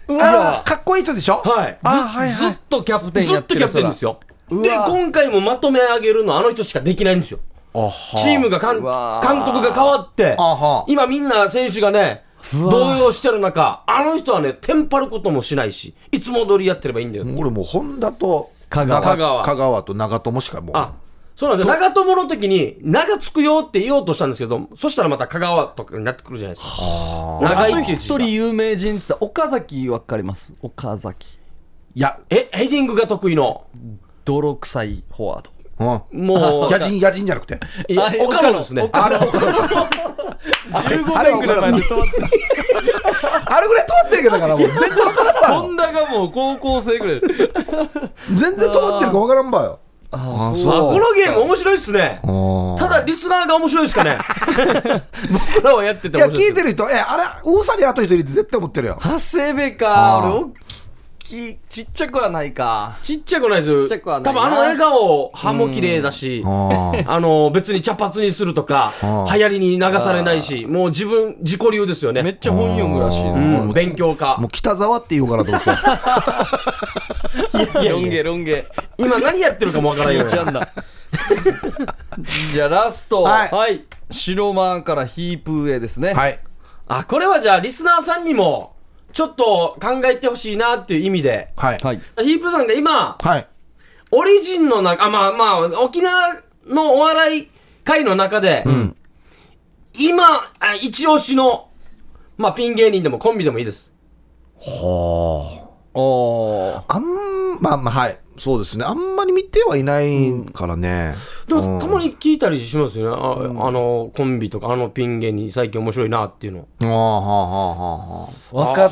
Speaker 3: 長谷部
Speaker 2: う
Speaker 3: あ
Speaker 2: わ
Speaker 3: のかっこいい人でしょ
Speaker 2: はい
Speaker 3: あはい
Speaker 1: ず
Speaker 3: は
Speaker 1: っ
Speaker 3: い
Speaker 1: とキャプテン
Speaker 2: ず
Speaker 1: や
Speaker 2: っ
Speaker 1: ってる
Speaker 2: とキャプテンです
Speaker 1: よ
Speaker 2: よ。で、今回もまとめ上げるのはあの人しかできないんですよ。
Speaker 3: あは
Speaker 2: チームがかん
Speaker 1: う
Speaker 2: 監
Speaker 1: わ
Speaker 2: 督が変わって
Speaker 3: あは、
Speaker 2: 今みんな選手がね、
Speaker 1: わ
Speaker 2: 動揺してる中、あの人はね、テンパることもしないし、いつも通りやってればいいんだよ。
Speaker 3: 俺もう本田と
Speaker 1: 香川
Speaker 3: 長
Speaker 2: 香川
Speaker 3: 香川と長友しかもう
Speaker 2: あ、そうなんですよ。長友の時に、長つくよって言おうとしたんですけど、そしたらまた香川とかになってくるじゃないですか。長いっていう
Speaker 1: 一人有名人って言ったら岡崎わかります岡崎
Speaker 3: いや
Speaker 2: え、ヘディングが得意の、
Speaker 1: 泥臭いフォワード
Speaker 3: うん
Speaker 2: も
Speaker 3: 野人野人じゃなくて
Speaker 2: う、いや
Speaker 1: あれ
Speaker 2: 岡野ですね。
Speaker 3: あれあれ
Speaker 1: 15
Speaker 3: ぐらいまで
Speaker 1: 止まって
Speaker 3: あれぐらい止まってるけどだからもう全然分からんばよ
Speaker 1: ホンダがもう高校生ぐらいです
Speaker 3: 全然止まってるか分からんばよ
Speaker 1: あ
Speaker 3: あ
Speaker 1: あ
Speaker 3: そう
Speaker 2: あ
Speaker 1: そ
Speaker 2: こ
Speaker 1: う
Speaker 2: のゲーム面白いっすね。ただリスナーが面白いですか ね僕らはやってて
Speaker 3: いや
Speaker 2: 面白いっす
Speaker 3: 聞い
Speaker 2: よ
Speaker 3: てる人えあれ大さにあと一人いて絶対思ってるよ
Speaker 1: 長谷部
Speaker 3: あ
Speaker 1: か俺
Speaker 3: ー
Speaker 1: 大きいちっちゃくはないか
Speaker 2: ちっちゃくないです
Speaker 1: ちゃくはない
Speaker 2: 多
Speaker 1: な
Speaker 2: 分あの笑顔歯も綺麗だし
Speaker 3: あ
Speaker 2: あの別に茶髪にするとか
Speaker 3: うん
Speaker 2: 流行りに流されないしもう自分自己流ですよ
Speaker 1: めっ
Speaker 2: ね
Speaker 1: ちゃ本読むらしいで
Speaker 2: う
Speaker 1: す
Speaker 2: ん勉強家
Speaker 3: もう北沢って言うからどう せ
Speaker 1: ロンゲロンゲ
Speaker 2: 今何やってるかもわからんよ
Speaker 1: ちゃんだ じゃあラスト
Speaker 3: はい
Speaker 2: はい
Speaker 1: 白マーからヒープーへですね
Speaker 3: はい
Speaker 2: あ、これはじゃあ、リスナーさんにも、ちょっと考えてほしいなっていう意味で、
Speaker 3: はい。
Speaker 1: はい。
Speaker 2: ヒープーさんが今、
Speaker 3: はい。
Speaker 2: オリジンの中、あまあまあ、沖縄のお笑い界の中で、今、あ一押しの、まあ、ピン芸人でもコンビでもいいです。
Speaker 1: おー。
Speaker 3: あん、まあまあ、はい。そうですね。あんまり見てはいないからね。
Speaker 2: で
Speaker 3: うん
Speaker 2: も、たまに聞いたりしますよね。あ,、あの、コンビとか、あのピン芸人、最近面白いなっていうの。
Speaker 3: ああ、はあ、はあ、はあ。
Speaker 1: 若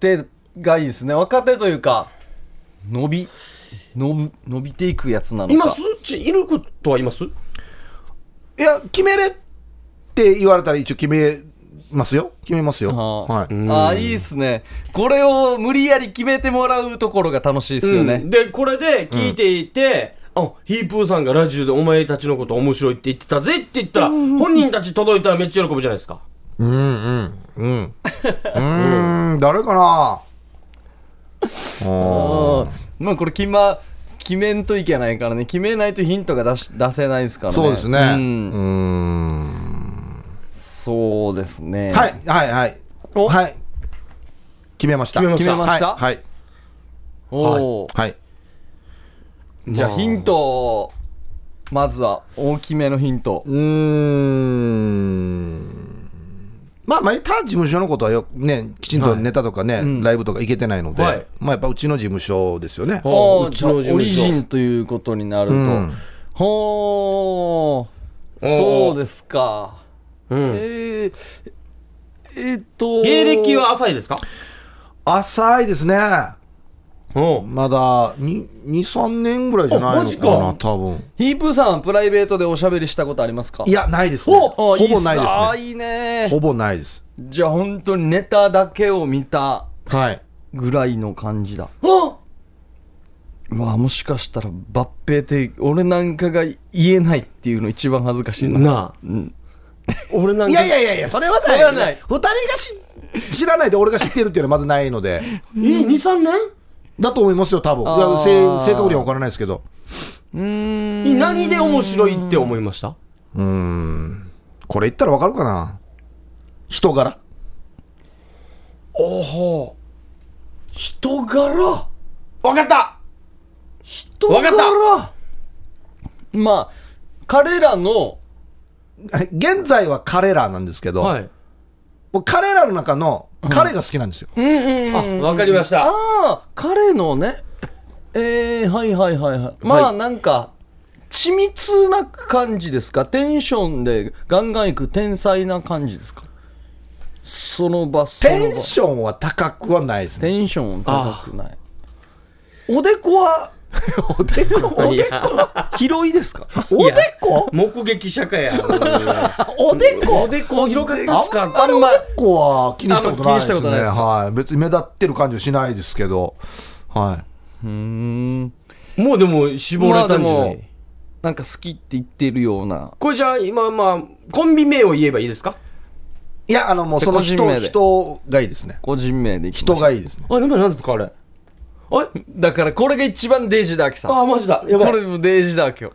Speaker 1: 手がいいですね若手というか伸び伸び伸びていくやつなのか
Speaker 2: 今、すちいることはいます
Speaker 3: いや、決めれって言われたら一応決めますよ。決めますよ。
Speaker 1: はあ
Speaker 3: はい。
Speaker 1: ああいいっすねこれを無理やり決めてもらうところが楽しいですよね、
Speaker 2: うんで、これで聞いていて、あ、ヒープーさんがラジオでお前たちのこと面白いって言ってたぜって言ったら、本人たち届いたらめっちゃ喜ぶじゃないですか。
Speaker 3: うんうん。うん。う ーん、誰かなあ
Speaker 1: うんまあこれ決ま決めんといけないからね決めないとヒントが出し出せないですからね
Speaker 3: そうですね。う
Speaker 1: うん
Speaker 3: ーん。
Speaker 1: そうですね
Speaker 3: はい、はい、はい。
Speaker 1: お
Speaker 3: はい。決めました。
Speaker 2: 決めました
Speaker 1: 決めました
Speaker 3: はい。はい
Speaker 1: おー
Speaker 3: はい。
Speaker 1: じゃあヒントをまずは大きめのヒント
Speaker 3: うーん。まあ、まあ、他事務所のことはよくね、きちんとネタとかね、ライブとか行けてないので、
Speaker 2: はい
Speaker 3: まあ、やっぱうちの事務所ですよ
Speaker 2: あ
Speaker 3: ね。
Speaker 1: おー
Speaker 2: うち
Speaker 1: じゃあ
Speaker 2: の事務所
Speaker 1: オリジンということになると、
Speaker 3: ん
Speaker 1: ほーそうですか
Speaker 2: うん
Speaker 1: えー、えーっと
Speaker 2: 芸歴は浅いですか
Speaker 3: 浅いですね。
Speaker 2: うん。
Speaker 3: まだ2、3年ぐらいじゃない
Speaker 2: あマ
Speaker 3: の
Speaker 2: ジ
Speaker 3: か
Speaker 2: か
Speaker 3: な、多分。
Speaker 1: ヒープーさんはプライベートでおしゃべりしたことありますか
Speaker 3: いや、ないです、ね。
Speaker 1: おあ
Speaker 3: ほぼ
Speaker 1: いいっす
Speaker 3: ないで
Speaker 1: あ
Speaker 3: す
Speaker 1: いいね
Speaker 3: ね。ほぼないです。
Speaker 1: じゃあ本当にネタだけを見た
Speaker 3: はい。
Speaker 1: ぐらいの感じだ
Speaker 2: あ
Speaker 1: うわもしかしたら抜兵って俺なんかが言えないっていうの一番恥ずかしいな
Speaker 2: なあ。俺なんか。
Speaker 3: いやいやいやいや、それは
Speaker 2: それはない
Speaker 3: 2人がし知らないで俺が知ってるっていうのはまずないので。
Speaker 2: え、2、3年
Speaker 3: だと思いますよ、多分。いや
Speaker 1: あー
Speaker 3: 正正確には分からないですけど。
Speaker 1: うーん
Speaker 2: え何で面白いって思いました
Speaker 3: うーん。これ言ったら分かるかな人柄。
Speaker 2: おほ人柄わかった人わかった
Speaker 1: まあ彼らの
Speaker 3: はい現在は彼らなんですけど、
Speaker 2: はい。
Speaker 3: もう彼らの中の彼が好きなんですよ。
Speaker 2: あ、わかりました。
Speaker 1: ああ彼のねえー、はいはいはいはいまあ、
Speaker 2: はい
Speaker 1: なんか緻密な感じですかテンションでガンガンいく天才な感じですかその場その場
Speaker 3: テンションは高くはないです
Speaker 1: テ
Speaker 3: ね。
Speaker 1: ンション高くないおでこは
Speaker 3: おでこ、お
Speaker 2: い
Speaker 3: で
Speaker 2: や
Speaker 3: こ、
Speaker 1: 広いです か
Speaker 3: おでこ
Speaker 2: 目撃者かや。
Speaker 3: おでこ
Speaker 2: おでこ広かったっす
Speaker 3: あん
Speaker 2: か
Speaker 3: まりおでこは気にしたことない
Speaker 1: あんま気
Speaker 3: です
Speaker 1: にしたことない
Speaker 3: ね。
Speaker 1: ですか
Speaker 3: はい。別に目立ってる感じはしないですけど、は
Speaker 1: うーん
Speaker 2: もうでも絞れたんじ
Speaker 1: まあで
Speaker 2: ゃな
Speaker 1: も
Speaker 2: い
Speaker 1: なんか好きって言ってるような
Speaker 2: これじゃあ今まあ、コンビ名を言えばいいですか
Speaker 3: い。いや、あの、もうその
Speaker 1: 個人
Speaker 3: 人、
Speaker 1: 名で
Speaker 3: 人がいいですね。
Speaker 1: 個人名でいきま
Speaker 3: 人
Speaker 1: しょう
Speaker 3: がいいですね。
Speaker 2: あ、なんだなんですかあれ。あれ
Speaker 1: だからこれが一番デイジーダーキさん
Speaker 2: あ、マジだ。やば
Speaker 1: こ
Speaker 2: い。
Speaker 1: れもデイジーダーキよ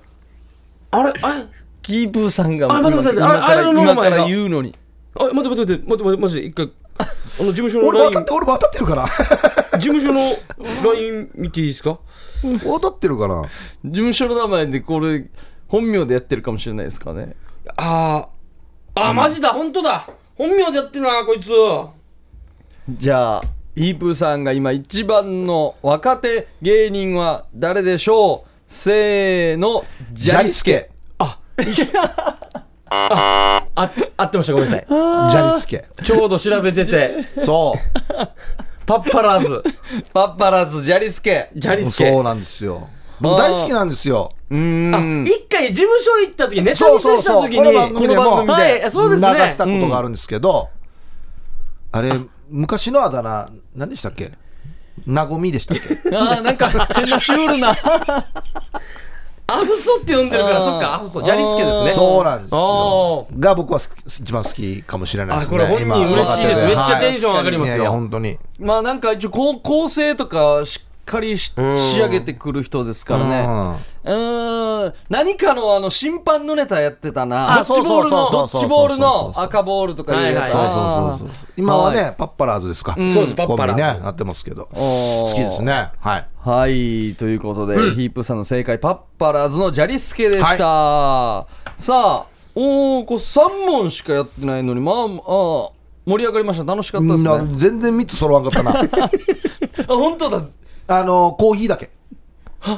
Speaker 2: あれあれ
Speaker 1: キープーさんが
Speaker 2: あ
Speaker 1: 今
Speaker 2: 待って待って
Speaker 1: 今
Speaker 2: あれ
Speaker 1: から
Speaker 2: あれの
Speaker 1: 今
Speaker 2: 名
Speaker 1: か
Speaker 2: 前が
Speaker 1: ら言うのに
Speaker 2: あ、待って待って待って、待って待って、マジで、一回、あの、事務所の
Speaker 3: 俺
Speaker 2: ライ
Speaker 3: も
Speaker 2: ン、
Speaker 3: 当たって、俺も当たってる から。
Speaker 2: 事務所のライン見ていいですか
Speaker 3: 当たってるかな。
Speaker 1: 事務所の名前でこれ本名でやってるかもしれないですからね
Speaker 2: あー、あー、マジだ、本当だ本名でやってんな、こいつ。
Speaker 1: じゃあイープーさんが今一番の若手芸人は誰でしょうせーのジャリスケ
Speaker 2: あ、合ってました、ごめんなさい。
Speaker 3: ジャリスケ。
Speaker 2: ちょうど調べてて、
Speaker 3: そう。
Speaker 2: パッパラーズ、
Speaker 1: パッパラーズジャリスケ
Speaker 2: ジャリスケ。
Speaker 3: そうなんですよ。僕大好きなんですよ。
Speaker 1: うーん
Speaker 2: 一回事務所行った時、ネタ
Speaker 3: そう
Speaker 2: 見
Speaker 3: そ
Speaker 2: せ
Speaker 3: う
Speaker 2: した
Speaker 3: そう。
Speaker 2: 時に、
Speaker 3: この番組で
Speaker 1: この
Speaker 3: も
Speaker 1: 番組で
Speaker 2: はい、そう
Speaker 3: 流
Speaker 2: で
Speaker 3: し
Speaker 2: すね。
Speaker 3: たことがあるんですけど、あれ、昔のあだ名、何でしたっけなごみ でしたっけ
Speaker 1: あーなんか変なシュールな
Speaker 2: アフソって呼んでるか
Speaker 1: あ
Speaker 2: ら、
Speaker 1: ー
Speaker 2: そっか、アフソ、ジャリスケですね。
Speaker 3: そうなんですよ
Speaker 2: あ。
Speaker 3: が僕は好き一番好きかもしれないですね。
Speaker 2: あこれ本人
Speaker 3: 今
Speaker 2: 嬉しいです
Speaker 3: 若手
Speaker 2: めっちゃテンション上がりますよ
Speaker 3: はいいやいや、本当に。
Speaker 1: まあなんか一応こう構成とかしっかりし
Speaker 2: ん
Speaker 1: 仕上げてくる人ですからね。うーん、何かのあの審判のネタやってたな。
Speaker 3: あそうそうそう
Speaker 1: ドッジボール
Speaker 3: そうそうそ
Speaker 1: の
Speaker 3: うそう
Speaker 1: 赤ボールとかいうや
Speaker 2: はい
Speaker 1: つ。
Speaker 2: はい
Speaker 1: あー
Speaker 3: そうそうそうそう今はね、
Speaker 1: は
Speaker 3: パッパラーズですか、
Speaker 1: ん
Speaker 2: そうですパッパラーズ
Speaker 3: コンビねなってますけど
Speaker 1: お
Speaker 3: 好
Speaker 1: ー
Speaker 3: きですねはい
Speaker 1: はい、ということで、ヒープさんの正解、パッパラーズのジャリスケでした。さあ、おー、こう3問しかやってないのに、まあ、あー盛り上がりました。楽しかったですね。
Speaker 3: うん全然3つ揃わんかったな
Speaker 1: あ、本当だ。
Speaker 3: あのコーヒーだけ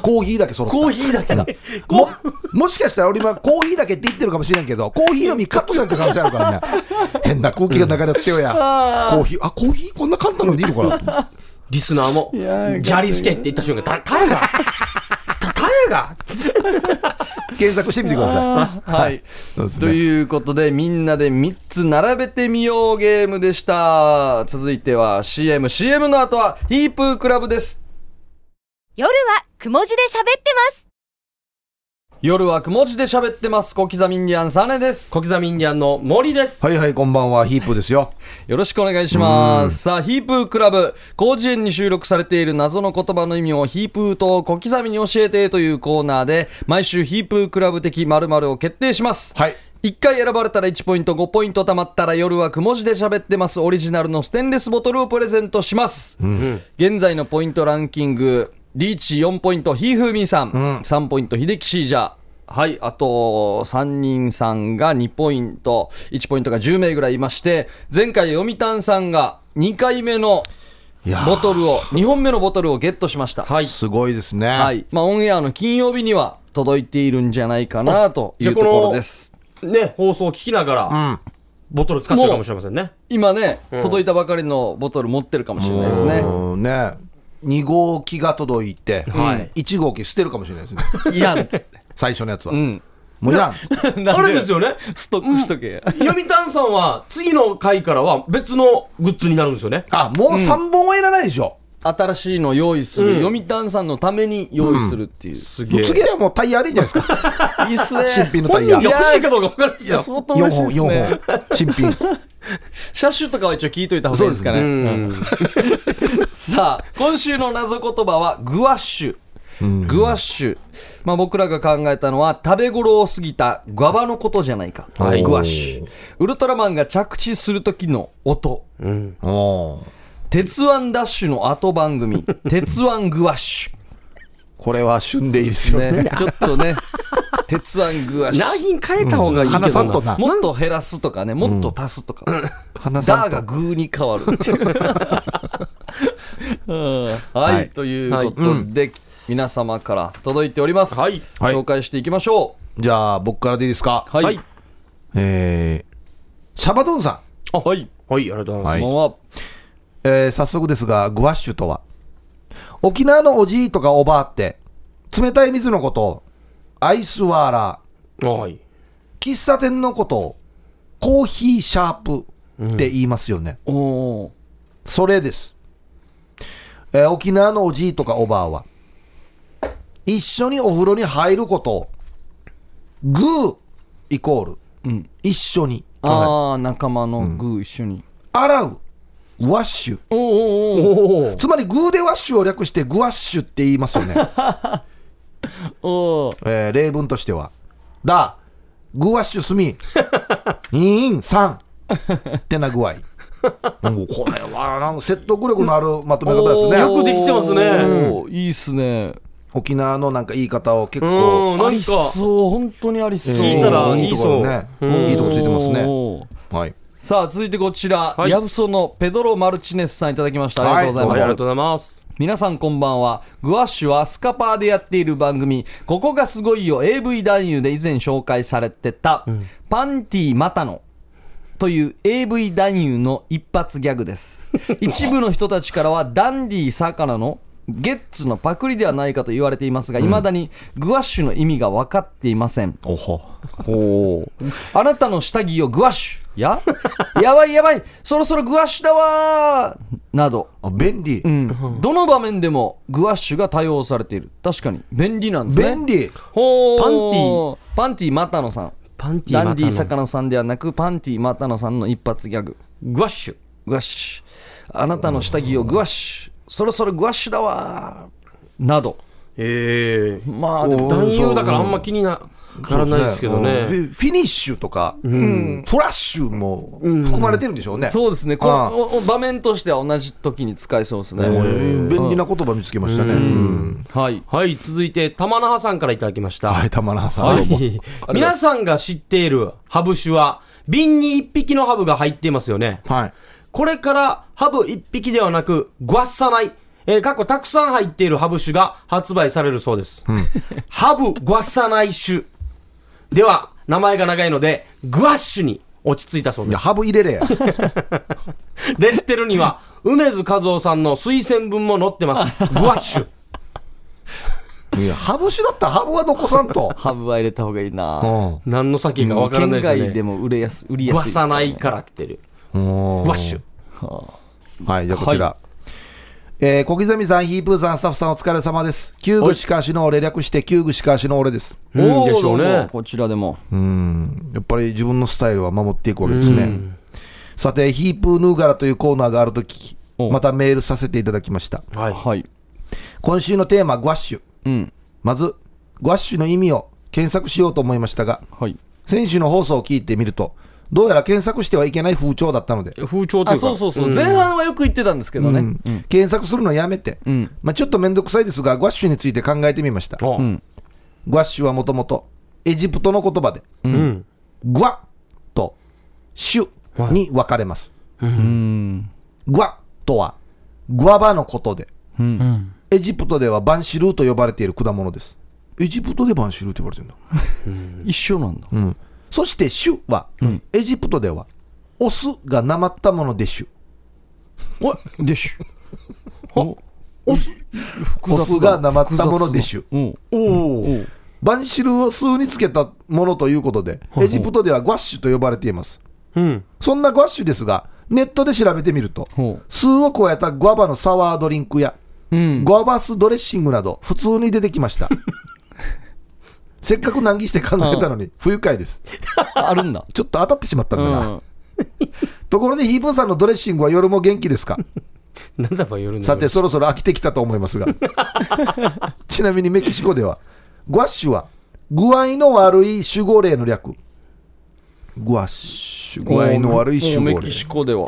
Speaker 3: コーヒーだけ揃った
Speaker 1: コーヒーだけだ。
Speaker 3: ももしかしたら俺今コーヒーだけって言ってるかもしれんけどコーヒーのみカットされてる可能性あるからね変な空気が流れてよや、コーヒーあコーヒーこんな簡単なのでいいのかなと思って
Speaker 2: リスナーも、ジャリスケって言った瞬間、た、たやが、た、たやが、
Speaker 3: 検索してみてください
Speaker 1: はい、
Speaker 3: そうですね
Speaker 1: ということでみんなで3つ並べてみようゲームでした続いては CMCM の後はヒープークラブです
Speaker 4: 夜はくも字で喋ってます。
Speaker 1: 夜はくも字で喋ってます小刻みインディアンサネです
Speaker 2: 小刻みインディアンの森です。
Speaker 3: はいはいこんばんはヒープですよ
Speaker 1: よろしくお願いしますさあヒープークラブ広辞苑に収録されている謎の言葉の意味をヒープーと小刻みに教えてというコーナーで毎週ヒープークラブ的〇〇を決定します
Speaker 3: はい
Speaker 1: 1回選ばれたら1ポイント5ポイント貯まったら夜はくも字で喋ってますオリジナルのステンレスボトルをプレゼントします、現在のポイントランキングリーチ4ポイントひーふーみーさん、3ポイント秀樹シージャーはいあと3人さんが2ポイント1ポイントが10名ぐらいいまして前回読谷さんが2回目の
Speaker 3: やー
Speaker 1: ボトルを2本目のボトルをゲットしましたはい、
Speaker 3: すごいですね、
Speaker 1: まあ、オンエアの金曜日には届いているんじゃないかなというところです
Speaker 2: ね、放送を聞きながら、ボトル使ってるかもしれませんね。
Speaker 1: 今ね、
Speaker 2: うん
Speaker 1: 届いたばかりのボトル持ってるかもしれないですね。
Speaker 3: うんね2号機が届いて、
Speaker 2: はい
Speaker 3: 1号機捨てるかもしれない ですね
Speaker 1: いらんっつって。
Speaker 3: 最初のやつは、
Speaker 1: うん。
Speaker 3: もういらんっつって
Speaker 2: あれですよね。
Speaker 1: ストックしとけや。
Speaker 2: 読谷さんは、次の回からは別のグッズになるんですよね。
Speaker 3: あもう3本はいらないでしょ、
Speaker 1: 新しいの用意する、
Speaker 2: うん
Speaker 1: 読谷さんのために用意するっていう。
Speaker 2: す
Speaker 3: もう次はもうタイヤでいいんじゃないですか
Speaker 1: いいっすね。
Speaker 3: 新品のタイヤ
Speaker 1: 本
Speaker 2: い
Speaker 1: 人
Speaker 2: や
Speaker 1: が欲
Speaker 2: 欲し
Speaker 1: し
Speaker 2: い
Speaker 1: いか
Speaker 2: かどうか分からないですよ。
Speaker 1: 相当
Speaker 3: 4
Speaker 1: 嬉しい
Speaker 3: 本
Speaker 1: ですね。
Speaker 3: 4本新品
Speaker 1: 車種とかは一応聞いといた方がいいですかね。
Speaker 2: うん。
Speaker 1: さあ今週の謎言葉はグワッシュ。グワッシュ、まあ、僕らが考えたのは食べ頃を過ぎた側のことじゃないか、
Speaker 3: はい
Speaker 1: グワッシュウルトラマンが着地する時の音
Speaker 2: うん。
Speaker 3: おー
Speaker 1: 「鉄腕ダッシュ」の後番組「鉄腕グワッシ
Speaker 3: これは旬でいいです
Speaker 1: ュ
Speaker 3: よ
Speaker 1: ね」
Speaker 3: ね
Speaker 1: ちょっとね「鉄腕グワッシュ
Speaker 2: ライン変えた方がいいけど
Speaker 3: 話さんとな」
Speaker 1: もっと減らすとかねもっと足すとか、
Speaker 3: 花さん
Speaker 1: ダ
Speaker 3: と
Speaker 1: ーがグーに変わるっていう。はい、
Speaker 3: はい
Speaker 1: ということで、皆様から届いております、
Speaker 2: はい
Speaker 3: はい
Speaker 1: 紹介していきましょ
Speaker 3: じゃあ僕からでいいですか、
Speaker 1: う。
Speaker 2: はい。
Speaker 3: えーシャバドゥンさん、
Speaker 2: あ、はい。はい、ありがとうございます。
Speaker 3: はい
Speaker 1: こんばんは
Speaker 3: えー早速ですがグワッシュとは沖縄のおじいとかおばあって冷たい水のことをアイスワーラー
Speaker 2: はい。
Speaker 3: 喫茶店のことをコーヒーシャープって言いますよね、
Speaker 1: おー
Speaker 3: それです、えー沖縄のおじいとかおばあは一緒にお風呂に入ることをグーイコール、一緒に
Speaker 1: ああ、仲間のグー一緒に。
Speaker 3: 洗うワッシュ
Speaker 1: おーおー
Speaker 2: おお。
Speaker 3: つまりグーでワッシュを略してグワッシュって言いますよ ね、
Speaker 1: おー
Speaker 3: えー例文としてはだグワッシュすみインさんってな具 合なんかこれはなんか説得力のあるまとめ方ですね
Speaker 2: よくできてますね
Speaker 1: おーいいっすね。
Speaker 3: 沖縄のなんか言い方を結構
Speaker 2: うん、な
Speaker 1: あ
Speaker 2: ん
Speaker 1: り
Speaker 2: か、
Speaker 1: そう、本当にありそう。
Speaker 2: 聞いたらいい
Speaker 3: ところね
Speaker 2: そう
Speaker 3: いいとこついてますね。
Speaker 1: おー
Speaker 3: はい。
Speaker 1: さあ、続いてこちら、
Speaker 2: はい
Speaker 1: ヤブソのペドロ・マルチネスさんいただきました。ありがとうござい
Speaker 2: は
Speaker 1: ま
Speaker 2: い、あ
Speaker 1: す。
Speaker 2: りがとうございます。
Speaker 1: 皆さんこんばんは。グワッシュはスカパーでやっている番組、ここがすごいよ AV 男優で以前紹介されてた、パンティマタノという AV 男優の一発ギャグ です。一部の人たちからはダンディ魚のゲッツのパクリではないかと言われていますが、いまだにグワッシュの意味が分かっていません。
Speaker 3: おほ。
Speaker 1: あなたの下着をグワッシュや やばいやばいそろそろグワッシュだわーなど
Speaker 3: あ便利。
Speaker 1: うんどの場面でもグワッシュが多用されている確かに便利なんですね
Speaker 3: 便利。
Speaker 1: ほー
Speaker 2: パンティ
Speaker 1: パンティマタノさん
Speaker 2: パンティ
Speaker 1: ダンディ
Speaker 2: またの
Speaker 1: 魚さんではなくパンティマタノさんの一発ギャグ
Speaker 2: グワッシュ。
Speaker 1: グワッシュあなたの下着をグワッシュそろそろグワッシュだわーなど
Speaker 2: ええ
Speaker 1: まあでも
Speaker 3: お
Speaker 2: 男優だからあんま気になならないですけどね
Speaker 3: そうですねフィフィニッシュとか、うんフラッシュも含まれてるんでしょうね。
Speaker 1: そうですねこ
Speaker 3: ああ
Speaker 1: おお場面としては同じ時に使えそうですね、
Speaker 3: うん便利な言葉見つけましたね。うん
Speaker 1: はい
Speaker 2: はい続いて玉那覇さんからいただきました、
Speaker 3: はい、玉川さん。
Speaker 2: は
Speaker 3: どうも
Speaker 2: い、皆さんが知っているハブ酒は瓶に1匹のハブが入っていますよね
Speaker 3: はい。
Speaker 2: これからハブ1匹ではなくごっさないえー、過去たくさん入っているハブ酒が発売されるそうです。ハブごっさない酒。では、名前が長いので、グワッシュに落ち着いたそう
Speaker 3: い
Speaker 2: で
Speaker 3: や、
Speaker 2: す。
Speaker 3: ハブ入れれや。
Speaker 2: レッテルには、梅津和夫さんの推薦文も載ってます。 グワッシュ。
Speaker 3: いや、ハブ酒だったらハブは残さんと。
Speaker 1: ハブは入れた方がいいな、
Speaker 3: うん
Speaker 2: 何の先かわから
Speaker 1: 県
Speaker 2: ないですよね。
Speaker 1: 外でも売れやす売りや
Speaker 2: グワ
Speaker 1: すいです
Speaker 2: さ
Speaker 1: ら
Speaker 2: な
Speaker 1: ね
Speaker 2: いから来てる。
Speaker 3: うん
Speaker 2: グワッシュ。
Speaker 3: はい、じゃあこちら。えー小刻みさん、ヒープーさん、スタッフさんお疲れ様です。旧具しかしの俺、略して旧具しかしの俺です。
Speaker 1: お
Speaker 2: うん
Speaker 1: ー
Speaker 2: でしょうね
Speaker 1: どもこちらでも
Speaker 3: うんやっぱり自分のスタイルは守っていくわけですね。さて、ヒープーヌーガラというコーナーがあるとき、
Speaker 1: お
Speaker 3: またメールさせていただきました。
Speaker 2: はい。
Speaker 1: はい
Speaker 3: 今週のテーマ、グワッシュ。
Speaker 1: うん
Speaker 3: まず、グワッシュの意味を検索しようと思いましたが、
Speaker 1: はい
Speaker 3: 先週の放送を聞いてみると、どうやら検索してはいけない風潮だったので、
Speaker 2: 風潮と
Speaker 1: あ
Speaker 2: いうか。
Speaker 1: そうそうそう、
Speaker 2: ん
Speaker 1: 前半はよく言ってたんですけどね、
Speaker 3: うん検索するのやめて、
Speaker 1: ん
Speaker 3: まあ、ちょっと面倒くさいですが、グワッシュについて考えてみました。
Speaker 2: あうん。
Speaker 3: グワッシュはもともとエジプトの言葉で、
Speaker 2: うん。
Speaker 3: グワとシュに分かれます。グワとはグワバのことで、エジプトではバンシルーと呼ばれている果物です。エジプトでバンシルーと呼ばれてるんだ。
Speaker 1: 一緒なんだ、
Speaker 3: そしてシュは、エジプトではオスがなまったものでシュ。
Speaker 1: でし
Speaker 2: おおす
Speaker 3: オスがなまったものでシュ。
Speaker 1: うん
Speaker 2: おお。
Speaker 3: バンシルーを数につけたものということで、エジプトではグワッシュと呼ばれています。
Speaker 2: うん。
Speaker 3: そんなグワッシュですが、ネットで調べてみると、
Speaker 1: ほ
Speaker 3: 数を超えたグアバのサワードリンクや、
Speaker 1: ううん
Speaker 3: グアバスドレッシングなど、普通に出てき ました。せっかく難儀して考えたのに、不愉快です。
Speaker 1: あるんだ
Speaker 3: ちょっと当たってしまったん
Speaker 1: う
Speaker 3: だな。
Speaker 1: ん
Speaker 3: ところで、ヒープーさんのドレッシングは夜も元気ですか
Speaker 2: なんだか夜の。
Speaker 3: さて、、そろそろ飽きてきたと思いますが。 ちなみにメキシコでは、グワッシュは、具合の悪い守護霊の略。グワッシュ、具合の悪い守護
Speaker 1: メ
Speaker 3: 霊
Speaker 1: キ。シコでは、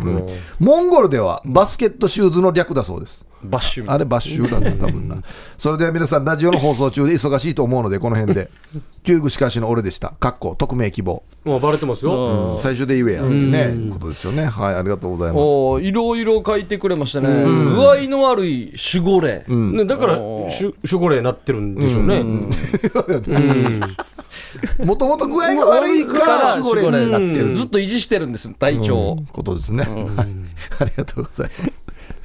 Speaker 3: モンゴルではバスケットシューズの略だそうです。
Speaker 2: バッシュ。
Speaker 3: あれ、バッシュなんだ、多分な。それでは皆さん、ラジオの放送中で忙しいと思うので、この辺で、旧具しかしの俺でした、かっこ、匿名希望、
Speaker 2: もうバレてますよ。
Speaker 3: うん最終で言えやってね、ことですよね。はい、ありがとうございます。
Speaker 1: おーいろいろ書いてくれましたね、具合の悪い守護霊、
Speaker 2: ね、だから、
Speaker 1: おー
Speaker 2: しゅ守護霊になってるんでしょうね。うん
Speaker 3: もともと具合が悪いから、守護霊になってる
Speaker 1: ずっと維持してるんです体調を、
Speaker 3: ことですね。はいありがとうございま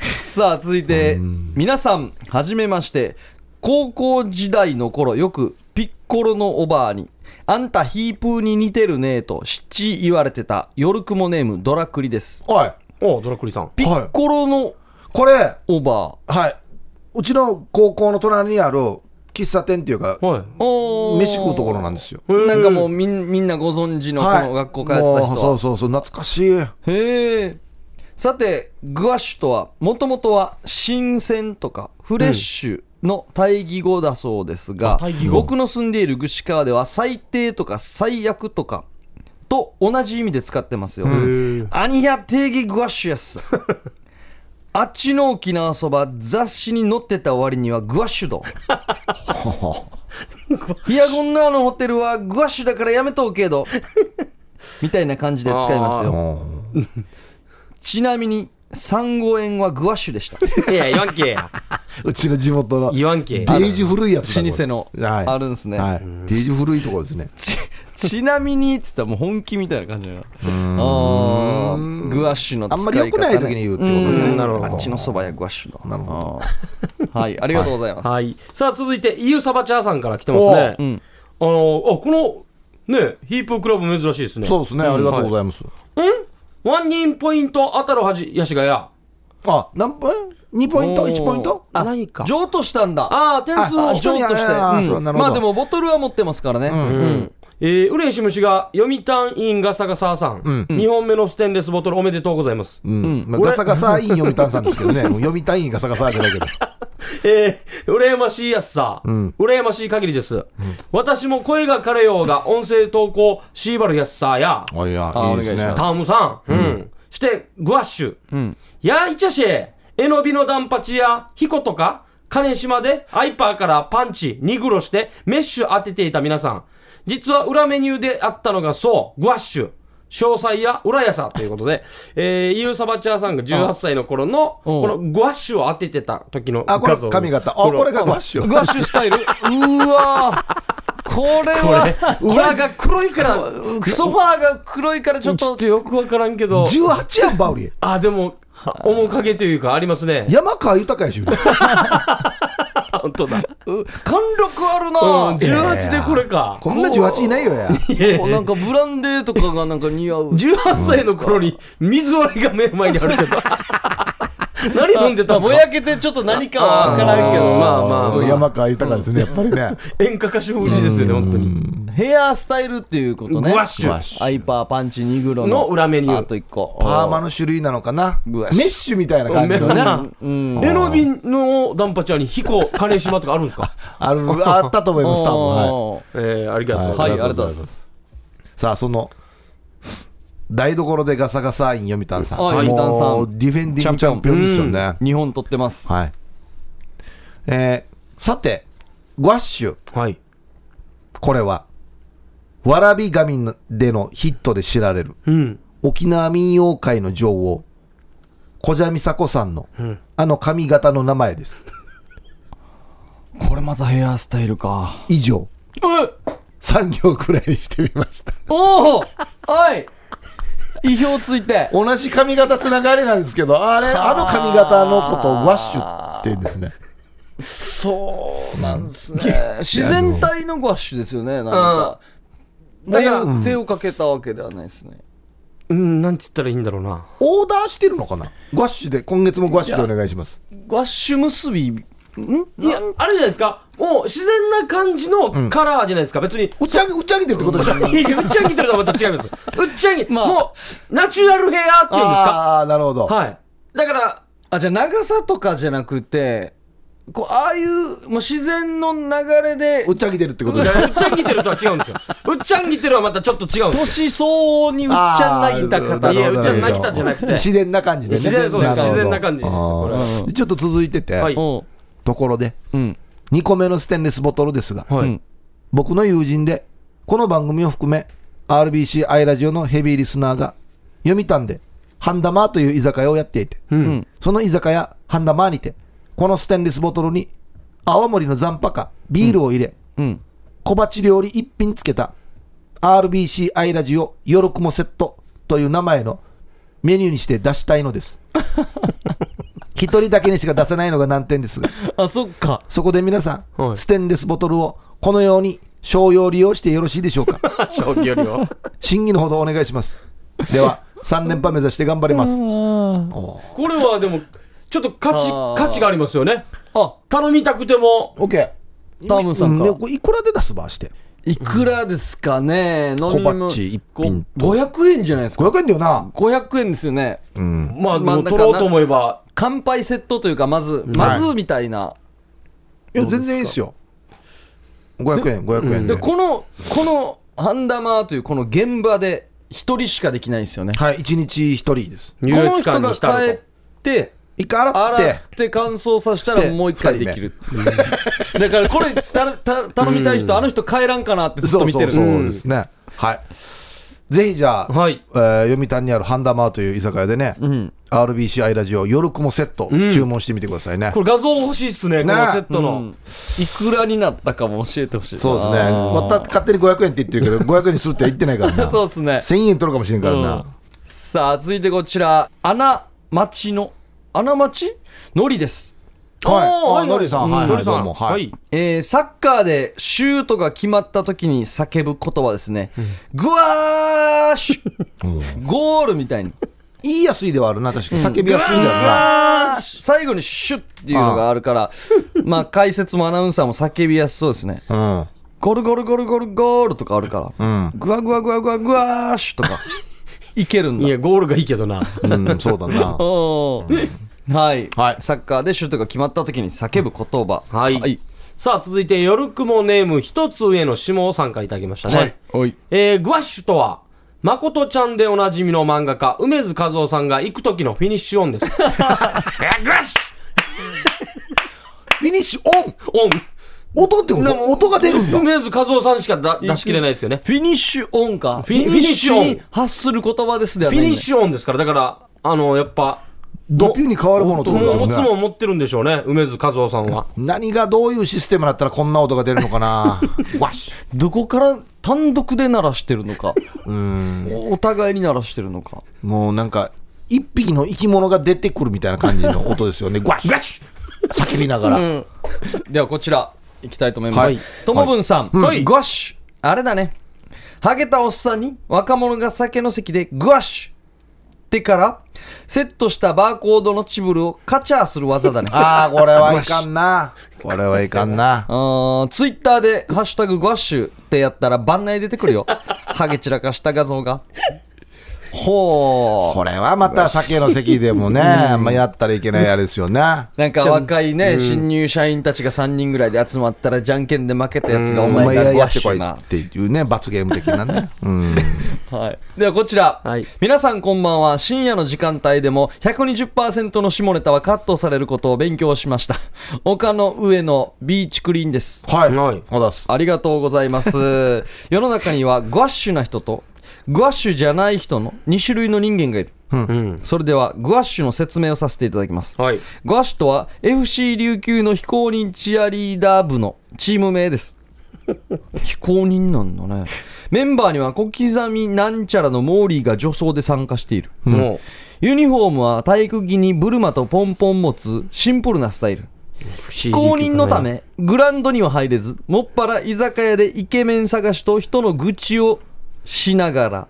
Speaker 3: す。
Speaker 1: さあ続いて、皆さんはじめまして高校時代の頃よくピッコロのおばあに「あんたヒープーに似てるね」と七言われてた夜雲ネームドラクリです
Speaker 3: おい、
Speaker 2: おドラクリさん。
Speaker 1: ピッコロの
Speaker 3: これ、
Speaker 1: おば
Speaker 3: はい、うちの高校の隣にある喫茶店っていうか、
Speaker 2: はい。
Speaker 1: あおー
Speaker 3: 飯食うところなんですよ。
Speaker 1: なんかもうみんみんなご存知のこ
Speaker 3: はい
Speaker 1: の学校通ってた人
Speaker 3: もう
Speaker 1: は
Speaker 3: そうそうそう、懐かしい。
Speaker 1: へえさてグワッシュとはもともとは新鮮とかフレッシュの対義語だそうですが、
Speaker 2: 対義語
Speaker 1: 僕の住んでいる串川では最低とか最悪とかと同じ意味で使ってますよ、
Speaker 2: ん
Speaker 1: アニヤ定義グワッシュやっすあっちの沖縄そば雑誌に載ってた割にはグワッシュ ドヒヤゴンナーのホテルはグワッシュだからやめとうけどみたいな感じで使いますよちなみに産後園はグワッシュでした
Speaker 2: いや、言わんけや。
Speaker 3: うちの地元の。
Speaker 2: 言わんけ。
Speaker 3: デイジ古いやつだ
Speaker 1: 老舗の
Speaker 3: これはい
Speaker 1: あるんですね
Speaker 3: はいデイジ古いところですね
Speaker 1: ちちなみにって言ったらもう本気みたいな感じだなあーグワッシュの使い方、ね、
Speaker 3: あんまり良くない時に言うってことね
Speaker 1: ん
Speaker 2: なるほど
Speaker 1: あっちのそばやグワッシュの
Speaker 3: なるほ
Speaker 1: はいありがとうございます、
Speaker 2: はい。さあ、続いて、イユサバチャーさんから来てますね。
Speaker 1: うん
Speaker 2: あの、あ、この、ね、ヒープークラブ珍しいですね。
Speaker 3: どそうですねありがとうございます
Speaker 2: ワンニンポイント、当たるはじ、やしがや。
Speaker 3: あ何ポイント2ポイント
Speaker 1: おー
Speaker 3: 1ポイント
Speaker 2: あ、ないか。
Speaker 1: 譲渡したんだ
Speaker 2: ああ、点数
Speaker 3: あ
Speaker 2: を
Speaker 3: あ。
Speaker 1: 譲渡して
Speaker 3: ああそうなるほど
Speaker 1: まあでもボトルは持ってますからね、
Speaker 2: うん。えー、ウレイシム氏が読谷委員ガサガサさん、
Speaker 1: うん
Speaker 2: 2本目のステンレスボトルおめでとうございます、
Speaker 3: うんまあ、
Speaker 2: 俺
Speaker 3: ガサガサイン読谷さんで すけどね、もう読谷院ガサガサじゃないけど、
Speaker 2: えー、羨ましいやつさ、
Speaker 3: ん
Speaker 2: 羨ましい限りです、私も声が枯れようが音声投稿シーバルやっさや
Speaker 3: あいや
Speaker 1: あ、
Speaker 3: いいです
Speaker 1: お願いし
Speaker 3: ね
Speaker 1: ま、す
Speaker 2: タームさん、うんしてグワッシュ、
Speaker 1: ん
Speaker 2: やいちゃしええのびのダンパチやヒコとか金島でアイパーからパンチニグロしてメッシュ当てていた皆さん実は裏メニューであったのがそうグワッシュ詳細や裏やさということで、 えー、イーサバチャーさんが18歳の頃の、
Speaker 1: うん
Speaker 2: このグワッシュを当ててた時の
Speaker 3: あこれ
Speaker 2: 画像
Speaker 3: 髪型、あこれがワッシュ、
Speaker 1: グワッシュスタイル。うーわーこれ
Speaker 2: これ
Speaker 1: は、
Speaker 2: 裏が黒いから
Speaker 1: ソファーが黒いからちょっ
Speaker 2: ちょっ
Speaker 1: と
Speaker 2: と、よくわからんけど
Speaker 3: 18やん、バウリー、
Speaker 2: あでも面影というかありますね
Speaker 3: 山川豊やし、
Speaker 2: あ本当だ
Speaker 1: う貫禄あるな
Speaker 2: うん、
Speaker 1: ぁ。
Speaker 2: 18でこれか。
Speaker 3: こんな18いないよや、
Speaker 1: こうなんかブランデーとかがなんか似合う。
Speaker 2: 18歳の頃に水割りが目の前にある けど。何飲んでた
Speaker 1: あ
Speaker 2: の
Speaker 1: ぼ
Speaker 2: か
Speaker 1: やけてちょっと何かは分からんけど、
Speaker 2: あー
Speaker 1: まあまあまあ、
Speaker 3: 山川豊ですね、やっぱりね、
Speaker 2: 演歌歌手風ですよね、本当に。
Speaker 1: ヘアスタイルっていうことね。
Speaker 2: グワッシュ
Speaker 1: グアイパーパンチニグロ
Speaker 2: の
Speaker 1: の
Speaker 2: 裏メニュー
Speaker 1: あと一個。
Speaker 3: パーマの種類なのかな、メ
Speaker 1: うわし
Speaker 3: ッシュみたいな感じの
Speaker 2: メ
Speaker 3: ね
Speaker 2: ッシ、ュ
Speaker 1: うん。
Speaker 2: エノビのダンパチャーにヒコ、金島とかあるんです か
Speaker 3: あるあったと思います、多分はい。
Speaker 1: おー
Speaker 2: えー、ありがとう。
Speaker 1: はい、ありがとうござい
Speaker 3: ありがとうござい
Speaker 1: ま
Speaker 3: ますす。さあ、その台所でガサガサイン読谷さん、
Speaker 1: あ読谷さん
Speaker 3: もうディフェンディングチャンピオンですよね。
Speaker 1: 日本取ってます。
Speaker 3: はい。えーさて、ワッシュ、
Speaker 2: はい。
Speaker 3: これは、わらび神でのヒットで知られる、
Speaker 2: うん。
Speaker 3: 沖縄民謡界の女王、小蛇美佐子さんの、あの髪型の名前です。
Speaker 1: これまたヘアスタイルか。
Speaker 3: 以上、
Speaker 1: え
Speaker 3: 3行くらいにしてみました。
Speaker 1: おおおい意表ついて。
Speaker 3: 同じ髪型つながりなんですけど、あれ、あの髪型のことをワッシュって言うんですね。
Speaker 1: そうなんですね。自然体のワッシュですよね、なんか。
Speaker 2: だから
Speaker 1: 手を手をかけたわけではないですね。
Speaker 2: うん、なんつったらいいんだろうな。
Speaker 3: オーダーしてるのかなワッシュで、今月もワッシュでお願いします。
Speaker 1: ワッシュ結び、ん
Speaker 2: いや、あれじゃないですか。もう自然な感じのカラーじゃないですか。別に
Speaker 3: 打ち上げ、打ち上げてるってことじゃん。
Speaker 2: いやいや、うっちゃんぎとるとはまた違います。うっちゃんぎ、
Speaker 1: まあ
Speaker 2: もう、ナチュラルヘアっていうんですか
Speaker 3: ああー、なるほど。
Speaker 2: はい。だから、
Speaker 1: あ、じゃあ長さとかじゃなくて、こう、ああいう、もう自然の流れで
Speaker 3: 打、ち上げてるってこと
Speaker 2: う
Speaker 3: じゃん。
Speaker 2: っちゃんぎてるとは違うんですよ。うっちゃんぎてるはまたちょっと違うんです
Speaker 1: 年相応にうっちゃんないた
Speaker 3: あーな
Speaker 1: 方
Speaker 2: いや
Speaker 3: るほど
Speaker 2: うっちゃん泣きたんじゃなくて
Speaker 3: 自然な感じでね。
Speaker 2: 自然そうです
Speaker 3: るほど
Speaker 2: 自然な感じです
Speaker 3: あー
Speaker 2: これは
Speaker 3: うんちょっと続いてて、
Speaker 2: はい
Speaker 1: うん
Speaker 3: ところで、
Speaker 1: うん。
Speaker 3: 2個目のステンレスボトルですが、
Speaker 1: はい。
Speaker 3: 僕の友人で、この番組を含め、RBC アイラジオのヘビーリスナーが、読谷で、ハンダマーという居酒屋をやっていて、
Speaker 1: うん。
Speaker 3: その居酒屋、ハンダマーにて、このステンレスボトルに、泡盛の残波か、ビールを入れ、
Speaker 1: うん。
Speaker 3: 小鉢料理一品つけた RBC アイラジオよろくもセットという名前のメニューにして出したいのです 一人だけにしか出せないのが難点ですが
Speaker 1: あ、そっか。
Speaker 3: そこで皆さん、
Speaker 2: はい
Speaker 3: ステンレスボトルをこのように商用利用してよろしいでしょうか
Speaker 2: よ。長距離を。
Speaker 3: 審議のほどお願いしますでは3連覇目指して頑張ります
Speaker 2: これはでも、ちょっと価値
Speaker 1: あー、
Speaker 2: 価値がありますよね。
Speaker 1: あ、
Speaker 2: 頼みたくても、
Speaker 3: OK
Speaker 1: タムさんか
Speaker 3: うねこれいくらで出すばして
Speaker 1: いくらですかね、飲
Speaker 3: 小
Speaker 1: み物
Speaker 3: 鉢一品
Speaker 1: ご500円じゃないですか。
Speaker 3: 500円だよな
Speaker 1: 500円ですよね。
Speaker 3: うん
Speaker 2: まあ、で
Speaker 1: まあ
Speaker 2: も
Speaker 1: だか
Speaker 2: 取
Speaker 1: ら
Speaker 2: ろうと思えば、
Speaker 1: 乾杯セットというか、まず、まずみたいな。
Speaker 3: いや全然いいですよ500円500円
Speaker 1: で、
Speaker 3: で
Speaker 1: この、この、ハンダマーというこの現場で、一人しかできないんですよね。
Speaker 3: はい1日1人です
Speaker 1: こ
Speaker 2: 優
Speaker 1: の
Speaker 2: 越
Speaker 1: 人
Speaker 2: 感に
Speaker 1: が
Speaker 2: 浸
Speaker 1: 帰っ
Speaker 2: る
Speaker 1: て、
Speaker 3: 一回洗って
Speaker 1: 洗って乾燥させた
Speaker 3: し
Speaker 1: ら
Speaker 3: て
Speaker 1: もう一回できる。だからこれたた頼みたい人、あの人帰らんかなってずっ
Speaker 3: そ
Speaker 1: と
Speaker 3: う
Speaker 1: 見
Speaker 3: そ
Speaker 1: て
Speaker 3: う
Speaker 1: る。
Speaker 3: そうですね、はいぜひじゃあ、
Speaker 2: と。はい。
Speaker 3: えー読谷にあるハンダマーという居酒屋でね、RBC アイラジオ夜雲セット注文してみてくださいね、
Speaker 2: これ画像欲しいっすね、こ
Speaker 3: ね
Speaker 2: のセット
Speaker 1: う
Speaker 2: の
Speaker 1: ん。いくらになったかも教えてほしいな。
Speaker 3: そうですね
Speaker 1: あー
Speaker 3: また勝手に500円って言ってるけど500円にするって言ってないから な
Speaker 1: そうですね。
Speaker 3: 1000円取るかもしれんからな、
Speaker 1: うんさあ、続いてこちら、穴町の、穴町のりです。
Speaker 3: はい
Speaker 2: おー
Speaker 3: あのりさんはいはい
Speaker 2: のりさ。
Speaker 3: どうんもはい
Speaker 2: はい。
Speaker 1: えーサッカーでシュートが決まった時に叫ぶ言葉ですね。グワーシュゴールみたいに。
Speaker 3: 言いやすいではあるな確かに叫びやすいではあるな、
Speaker 1: あー最後に シュッっていうのがあるから、まあ解説もアナウンサーも叫びやすそうですね。
Speaker 3: うん
Speaker 1: ゴルゴルゴルゴルゴールとかあるから、
Speaker 3: うん、
Speaker 1: グワグワグワグワグワーシュと か、いけるんだ
Speaker 2: い。や、ゴールがいいけどな。
Speaker 3: うん、そうだな
Speaker 1: おーはい、
Speaker 3: はい
Speaker 1: サッカーでシュートが決まった時に叫ぶ言葉。
Speaker 2: はいさあ、続いて、夜雲ネーム一つ上の下を参加いただきましたね。
Speaker 3: はい
Speaker 5: おい。
Speaker 2: えー、グワッシュとは、誠ちゃんでおなじみの漫画家、梅津和夫さんが行く時のフィニッシュオンです。えーグワッシ
Speaker 3: フィニッシュオン
Speaker 2: ュオン
Speaker 3: 音ってこと音が出るんだ
Speaker 2: 梅津和夫さんしかだ出しきれないですよね。
Speaker 1: フィニッシュオンか。
Speaker 2: フィニッシュオン
Speaker 1: フに発する言葉ですでは
Speaker 2: フ
Speaker 1: ない
Speaker 2: ィ
Speaker 1: んだ
Speaker 2: ニッシュオンですから、だから、あの、やっぱ、
Speaker 3: ドピュに変わるものってこ
Speaker 2: も
Speaker 3: とです
Speaker 2: う
Speaker 3: よ
Speaker 2: 持つ
Speaker 3: ね
Speaker 2: もん持ってるんでしょうね、梅津和夫さんは。
Speaker 3: 何がどういうシステムだったらこんな音が出るのか なわっし
Speaker 1: どこから単独で鳴らしてるのか、
Speaker 3: うん
Speaker 1: お互いに鳴らしてるのか。
Speaker 3: もうなんか一匹の生き物が出てくるみたいな感じの音ですよねガシガシ叫びながら、
Speaker 1: ではこちらいきたいと思いま
Speaker 3: は
Speaker 1: す
Speaker 3: い
Speaker 1: ともぶんさん、
Speaker 3: はい
Speaker 1: うんゴッシュあれだねハゲたおっさんに若者が酒の席でゴッシュってからセットしたバーコードのチブルをカチャーする技だね
Speaker 3: ああこれはいかんなこれはいかんな
Speaker 1: あーツイッターで「ハッシュタグゴッシュ」ってやったら番内出てくるよハゲ散らかした画像がほう
Speaker 3: これはまた酒の席でもね、あんまやったらいけないあれですよね
Speaker 1: なんか若いね、新入社員たちが3人ぐらいで集まったらじゃんけんで負けたやつがお
Speaker 3: お前
Speaker 1: 前が
Speaker 3: や
Speaker 1: ゴ
Speaker 3: や
Speaker 1: ッ
Speaker 3: って
Speaker 1: シ
Speaker 3: こ
Speaker 1: ュ
Speaker 3: い
Speaker 1: な
Speaker 3: っていうね罰ゲーム的なね、うん、
Speaker 1: はい、ではこちら、
Speaker 2: はい
Speaker 1: 皆さんこんばんは深夜の時間帯でも120%の下ネタはカットされることを勉強しました 丘の上のビーチクリーンです
Speaker 3: はい
Speaker 2: はい
Speaker 3: おだす
Speaker 1: ありがとうございます世の中にはグワッシュな人とグワッシュじゃない人の2種類の人間がいる、
Speaker 2: うん。
Speaker 1: それではグワッシュの説明をさせていただきます
Speaker 2: はい。
Speaker 1: ゴアシュとは FC 琉球の非公認チアリーダー部のチーム名です。 非公認なんだね。メンバーには小刻みなんちゃらのモーリーが女装で参加している。
Speaker 2: も
Speaker 1: ユニフォームは体育着にブルマとポンポン持つシンプルなスタイル。
Speaker 2: う、
Speaker 1: 非公認のた。め、グラウンドには入れず、もっぱら居酒屋でイケメン探しと人の愚痴をしながら、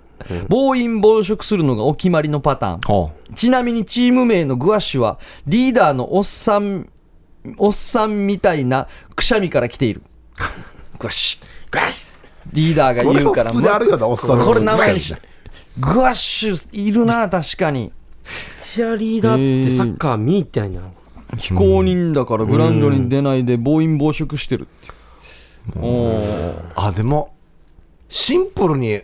Speaker 1: 暴飲暴食するのがお決まりのパターン。
Speaker 3: ほ
Speaker 1: ちなみにチーム名のグアッシュはリーダーのおっさんおっさんみたいなくしゃみから来ているグアッシュ
Speaker 2: グワッシ
Speaker 1: リーダーが
Speaker 3: うこれ
Speaker 1: 言うか
Speaker 3: 普
Speaker 1: ら
Speaker 3: 通にあるよなおっさんの
Speaker 1: これ名前
Speaker 3: じゃ
Speaker 1: グアッシュいるな確かに
Speaker 2: ュチアリーダーっつってサッカー見に行ってないんだな。
Speaker 1: 非公認だからグラウンドに出ないで暴飲暴食してるっていうおー
Speaker 3: あでもシンプルに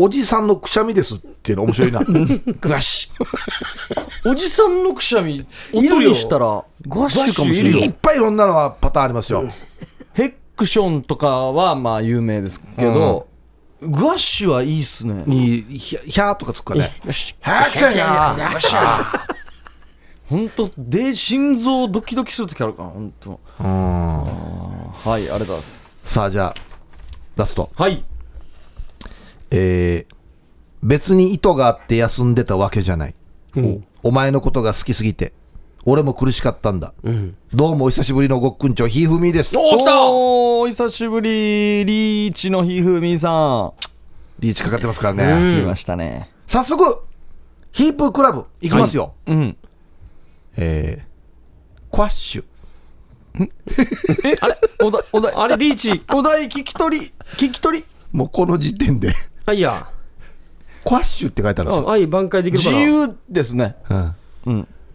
Speaker 3: おじさんのくしゃみですっていうの面白 いな
Speaker 1: グアッシュおじさんのくしゃみ音にしたらグアッシュかもしれないい
Speaker 3: っぱいいろんなのはパターンありますよ、
Speaker 1: ヘックションとかはまあ有名ですけど、グアッシュはいいっすね
Speaker 3: にひゃひゃーとかつくからね
Speaker 1: よし
Speaker 3: はーくしゃみや
Speaker 1: 本当で心臓ドキドキする時あるから本当
Speaker 3: うん
Speaker 1: はいありがとうございます
Speaker 3: さあじゃあラスト
Speaker 2: はい。
Speaker 3: えー別に意図があって休んでたわけじゃないお前のことが好きすぎて俺も苦しかったんだ、どうもお久しぶりのごっくんちょひーふみです
Speaker 2: おー、来た
Speaker 1: おー久しぶりリーチのひふみさ
Speaker 3: リーチかかってますから
Speaker 1: ん
Speaker 3: ね、
Speaker 1: 見ましたね
Speaker 3: 早速ヒープークラブ行きますよ、
Speaker 1: うん
Speaker 3: えー、クワッシュ
Speaker 1: えあれおだおだ
Speaker 2: あれ、リーチ。
Speaker 1: お題聞き取り聞き取り
Speaker 3: もうこの時点で
Speaker 2: はいや。
Speaker 3: クワッシュって書いてあるんですよ、
Speaker 2: はい、挽回できるか
Speaker 1: 自
Speaker 2: な。
Speaker 1: 由ですね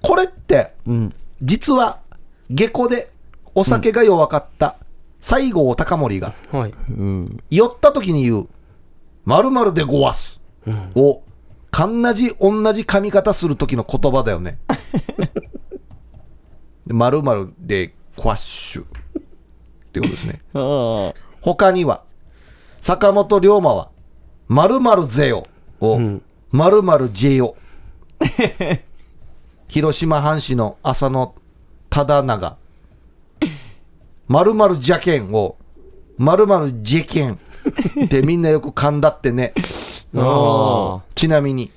Speaker 3: これって
Speaker 1: うん
Speaker 3: 実は下戸でお酒が弱かった西郷隆盛が
Speaker 2: はい。
Speaker 3: 酔った時に言う「まるでごわす」をかんなじ同じ髪型する時の言葉だよ ね。まるでクワッシュってことですね。
Speaker 1: ああ
Speaker 3: 他には坂本龍馬は「まるぜよ」を「まるじよ」 広島阪神の浅野忠長「まるじゃけん」を「まるじゃけん」ってみんなよく噛んだってね
Speaker 2: あ
Speaker 3: ちなみに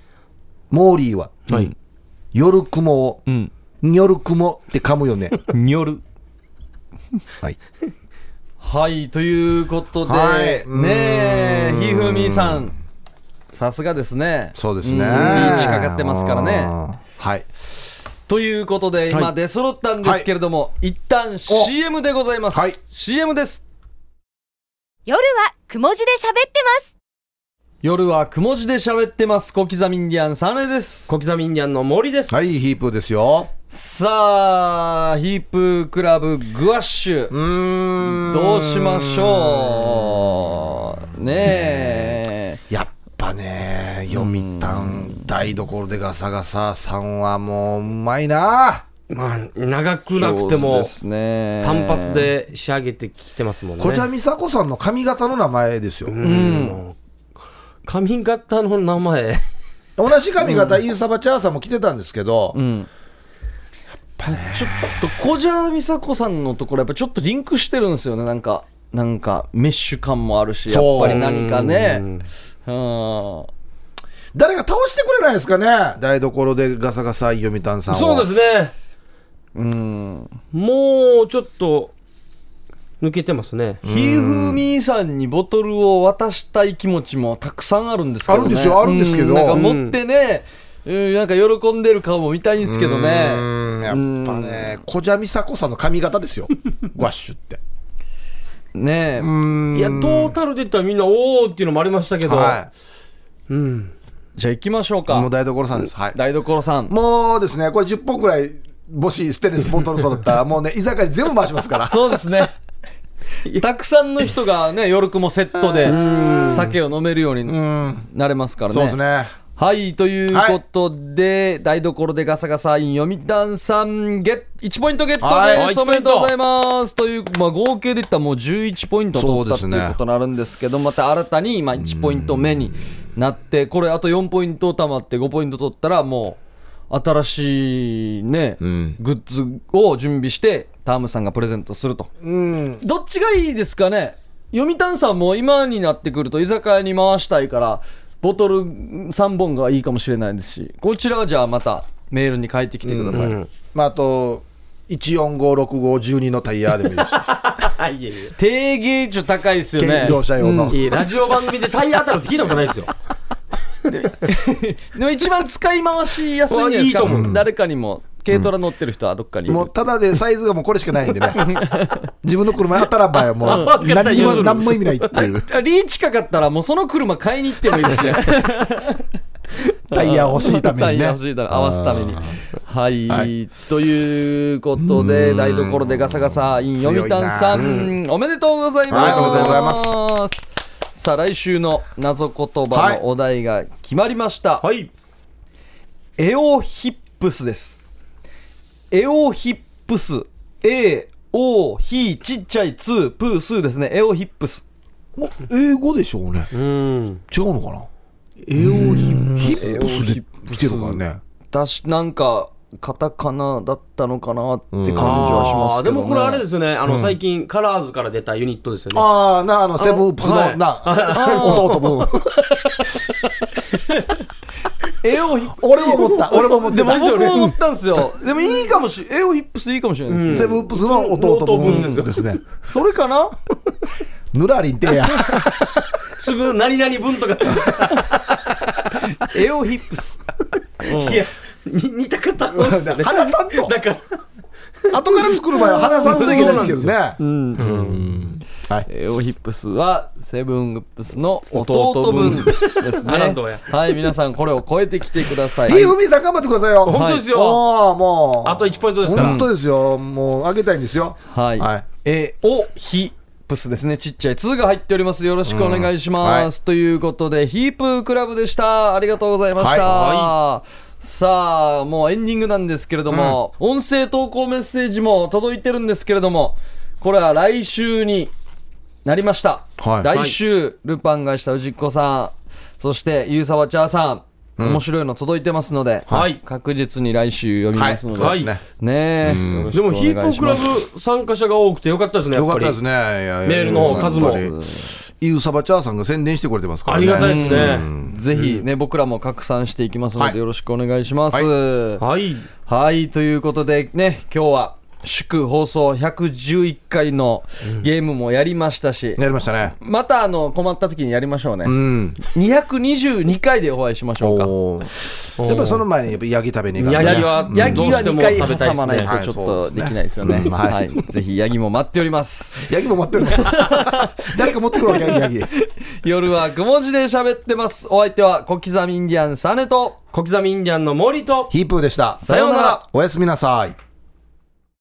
Speaker 3: モーリーは
Speaker 2: あ。はい。
Speaker 3: 「夜雲」を
Speaker 1: うん
Speaker 3: 「にょる雲」って噛むよね
Speaker 1: にょる
Speaker 3: はい
Speaker 1: はいということで、
Speaker 3: はいうん
Speaker 1: ねえひふみさんさすがですね
Speaker 3: そうですね
Speaker 1: んリーチかかってますからね
Speaker 3: うんはい
Speaker 1: ということで、今出揃ったんですけれども、一旦 CM でございます。
Speaker 3: はい
Speaker 1: CM です。
Speaker 4: 夜はくも字で喋ってます。
Speaker 1: 夜はくも字で喋ってます。小刻みインディアンサネです。
Speaker 2: 小刻みインディアンの森です。
Speaker 3: はい、ヒープーですよ。
Speaker 1: さあ、ヒープークラブグワッシュ。
Speaker 3: うーん
Speaker 1: どうしましょうねえ
Speaker 3: やっぱね、読谷台所でガサガサさんはもううまいな。
Speaker 2: まあ、長くなくて
Speaker 1: 上手
Speaker 2: も
Speaker 1: で、すね
Speaker 2: 単発で仕上げてきてますもんね。
Speaker 3: こちゃみさこさんの髪型の名前ですよ。
Speaker 2: うん。髪型の名前。
Speaker 3: 同じ髪型、イーサバチャーさんも着てたんですけど、
Speaker 1: うんちょっと小じゃ美佐子さんのところやっぱちょっとリンクしてるんですよねなんかなんかメッシュ感もあるしや
Speaker 3: そ
Speaker 1: っ
Speaker 3: う
Speaker 1: ぱり何かね
Speaker 2: うん
Speaker 1: うん
Speaker 3: 誰か倒してくれないですかね、台所でガサガサ読谷さんを。
Speaker 2: そうですね。
Speaker 1: うん
Speaker 2: もうちょっと抜けてますね。
Speaker 1: ひふみさんにボトルを渡したい気持ちもたくさんあるんですけどね
Speaker 3: あるんですよあるんですけど
Speaker 1: うなんか持ってね、うんなんか喜んでる顔も見たいんですけどね
Speaker 3: うーんやっぱね、小じゃみさこさんの髪型ですよ、ワッシュって。
Speaker 1: ねえ
Speaker 2: いや、トータルで言ったらみんな、おーっていうのもありましたけど、
Speaker 3: は
Speaker 2: うん。
Speaker 1: じゃあ行きましょう
Speaker 3: い、
Speaker 1: か
Speaker 3: もう台所さんです。はい、
Speaker 1: 台所さん
Speaker 3: もうですね、これ10本くらい、もしステンレスボトル揃ったら、もうね、居酒屋全部回しますから。
Speaker 1: そうです ね。たくさんの人がね、夜くもセットで酒を飲めるように
Speaker 3: うん、
Speaker 1: なれますからね。
Speaker 3: そうですね。
Speaker 1: はい、ということで、台所でガサガサイン読谷さん、ゲッ1ポイントゲット
Speaker 3: はい
Speaker 1: です。
Speaker 2: は
Speaker 1: お
Speaker 2: い
Speaker 1: めでとうございます。という、まあ、合計でいったらもう11ポイント取ったと
Speaker 3: そ
Speaker 1: いうう
Speaker 3: ですね
Speaker 1: ことになるんですけど、また新たに今1ポイント目になって、これあと4ポイントたまって5ポイント取ったらもう、新しいね、
Speaker 3: ん
Speaker 1: グッズを準備して、タームさんがプレゼントすると。
Speaker 3: うん、
Speaker 1: どっちがいいですかね読谷さんも今になってくると居酒屋に回したいからボトル3本がいいかもしれないですしこちらはじゃあまたメールに書いてきてください、
Speaker 3: まあ、あと、145652のタイヤでもいいですし、
Speaker 2: あ いえい
Speaker 1: 低ゲージ高いですよ
Speaker 3: 軽
Speaker 1: ね
Speaker 3: 自動車用の。
Speaker 2: えいえラジオ番組でタイヤ当たるって聞いたことないですよ。
Speaker 1: でも一番使い回しやすいんじゃないですか
Speaker 2: いいと思
Speaker 1: 誰かにも軽トラ乗ってる人はどっかにいる
Speaker 3: もうただでサイズがもうこれしかないんでね自分の車に当たらばよもう
Speaker 2: 分かった
Speaker 3: 何に
Speaker 2: 譲
Speaker 3: も
Speaker 2: る
Speaker 3: 何も意味ないっていう
Speaker 1: あリーチかかったらもうその車買いに行ってもいいですし
Speaker 3: タイヤ欲しいため
Speaker 1: タイ
Speaker 3: に
Speaker 1: ヤ
Speaker 3: ね
Speaker 1: 欲しいため合わすためにはい、ということで台所でガサガサイン
Speaker 3: 強
Speaker 1: 読
Speaker 3: いな
Speaker 1: 谷さんおめでとうございます
Speaker 2: ありがとうござい
Speaker 1: ますさあ来週の謎言葉のお題が決まりました、
Speaker 2: はい。
Speaker 1: エオヒップスですエオヒップス A O ヒちっちゃいツープースーですねエオヒップス
Speaker 3: お英語でしょうね
Speaker 2: うん。
Speaker 3: 違うのかなエオヒップスで来てるからね
Speaker 1: 私なんかカタカナだったのかなって感じはしま
Speaker 2: あ
Speaker 1: す
Speaker 2: ー
Speaker 1: け
Speaker 2: で
Speaker 1: ど、ね
Speaker 2: もこれあれですよね、あの、最近、カラーズから出たユニットですよね。
Speaker 3: ああなあのセブンウープス
Speaker 2: は
Speaker 3: の
Speaker 2: い
Speaker 3: な弟分
Speaker 1: エオヒップ
Speaker 3: 俺も思 った俺も思って
Speaker 1: でも
Speaker 3: た
Speaker 1: 僕も思ったんですよ。でもいいかもしれ、エオヒップスいいかもしれないですね。
Speaker 3: セブンウープスの弟分
Speaker 2: 弟分
Speaker 3: ですね
Speaker 1: それか な
Speaker 3: ぬらりんてや
Speaker 2: すぐ、何々分とか作った。
Speaker 1: エオヒップス。
Speaker 2: いや、に似た方多いですよね。
Speaker 3: 花さんと
Speaker 2: だから、
Speaker 3: 後から作る場合は花さんといけないですけどねはい
Speaker 1: エオヒップスは、セブングップスの弟分ですね。
Speaker 2: あらどうや
Speaker 1: はい、皆さんこれを超えてきてください。
Speaker 3: ひふみさん頑張ってくださいよ
Speaker 2: 本当ですよ。
Speaker 3: ああもう
Speaker 2: あと1ポイントですから
Speaker 3: 本。当ですよもうあげたいんですよ
Speaker 1: はい。
Speaker 3: はい
Speaker 1: えーお、ひ、プスですね。ちっちゃい2が入っております。よろしくお願いします。ということで、ヒープークラブでした。ありがとうございました。
Speaker 3: は
Speaker 1: さあ、もうエンディングなんですけれども、音声投稿メッセージも届いてるんですけれども、これは来週になりました。
Speaker 3: はい
Speaker 1: 来週、ルパンがした氏子さん、そして、ゆうさわちゃーさん、面白いの届いてますので、
Speaker 2: はい
Speaker 1: 確実に来週読みますので、
Speaker 2: はい
Speaker 3: そうですね
Speaker 1: ねえ、
Speaker 2: でも、ヒープークラ
Speaker 1: ブ
Speaker 2: ブ参加者が多くてよかったですね、や
Speaker 3: よ
Speaker 2: っ
Speaker 3: か
Speaker 2: ぱ
Speaker 3: っ
Speaker 2: り
Speaker 3: たで。すね。いや
Speaker 2: メールの数も
Speaker 3: やっぱりイウサバチャーさんが宣伝してくれてますから
Speaker 2: あ
Speaker 3: ね。
Speaker 2: りがたいです
Speaker 3: うん
Speaker 2: ね。
Speaker 1: ぜひね、僕らも拡散していきますの
Speaker 3: は
Speaker 1: で
Speaker 3: い
Speaker 1: よろしくお願いします。
Speaker 3: は
Speaker 1: はい、
Speaker 2: はい。
Speaker 1: ということでね、今日は祝放送111回のゲームもやりましたし、
Speaker 3: やりましたね。
Speaker 1: またあの困った時にやりましょうね、
Speaker 3: うん。
Speaker 1: 222回でお会いしましょうか
Speaker 3: おーやっぱりその前にやっぱヤギ食べに行か
Speaker 2: ヤ
Speaker 3: な
Speaker 2: ギは
Speaker 1: ヤギは
Speaker 2: どうしても
Speaker 1: 2
Speaker 2: 食
Speaker 1: 回
Speaker 2: べた
Speaker 1: 挟
Speaker 2: いです
Speaker 1: まな
Speaker 2: ね
Speaker 1: いとちょっとできないですよね。
Speaker 3: はいそうですねうん
Speaker 1: は
Speaker 3: はい
Speaker 1: い、ぜひヤギも待っております。
Speaker 3: ヤギも待ってるの 誰か持ってくるわけヤギヤギ。
Speaker 1: 夜はくも字で喋ってます。お相手は小刻みインディアンサネと。
Speaker 2: 小刻みインディアンの森と
Speaker 3: ヒープーでした。
Speaker 2: さようなら
Speaker 3: おやすみなさい。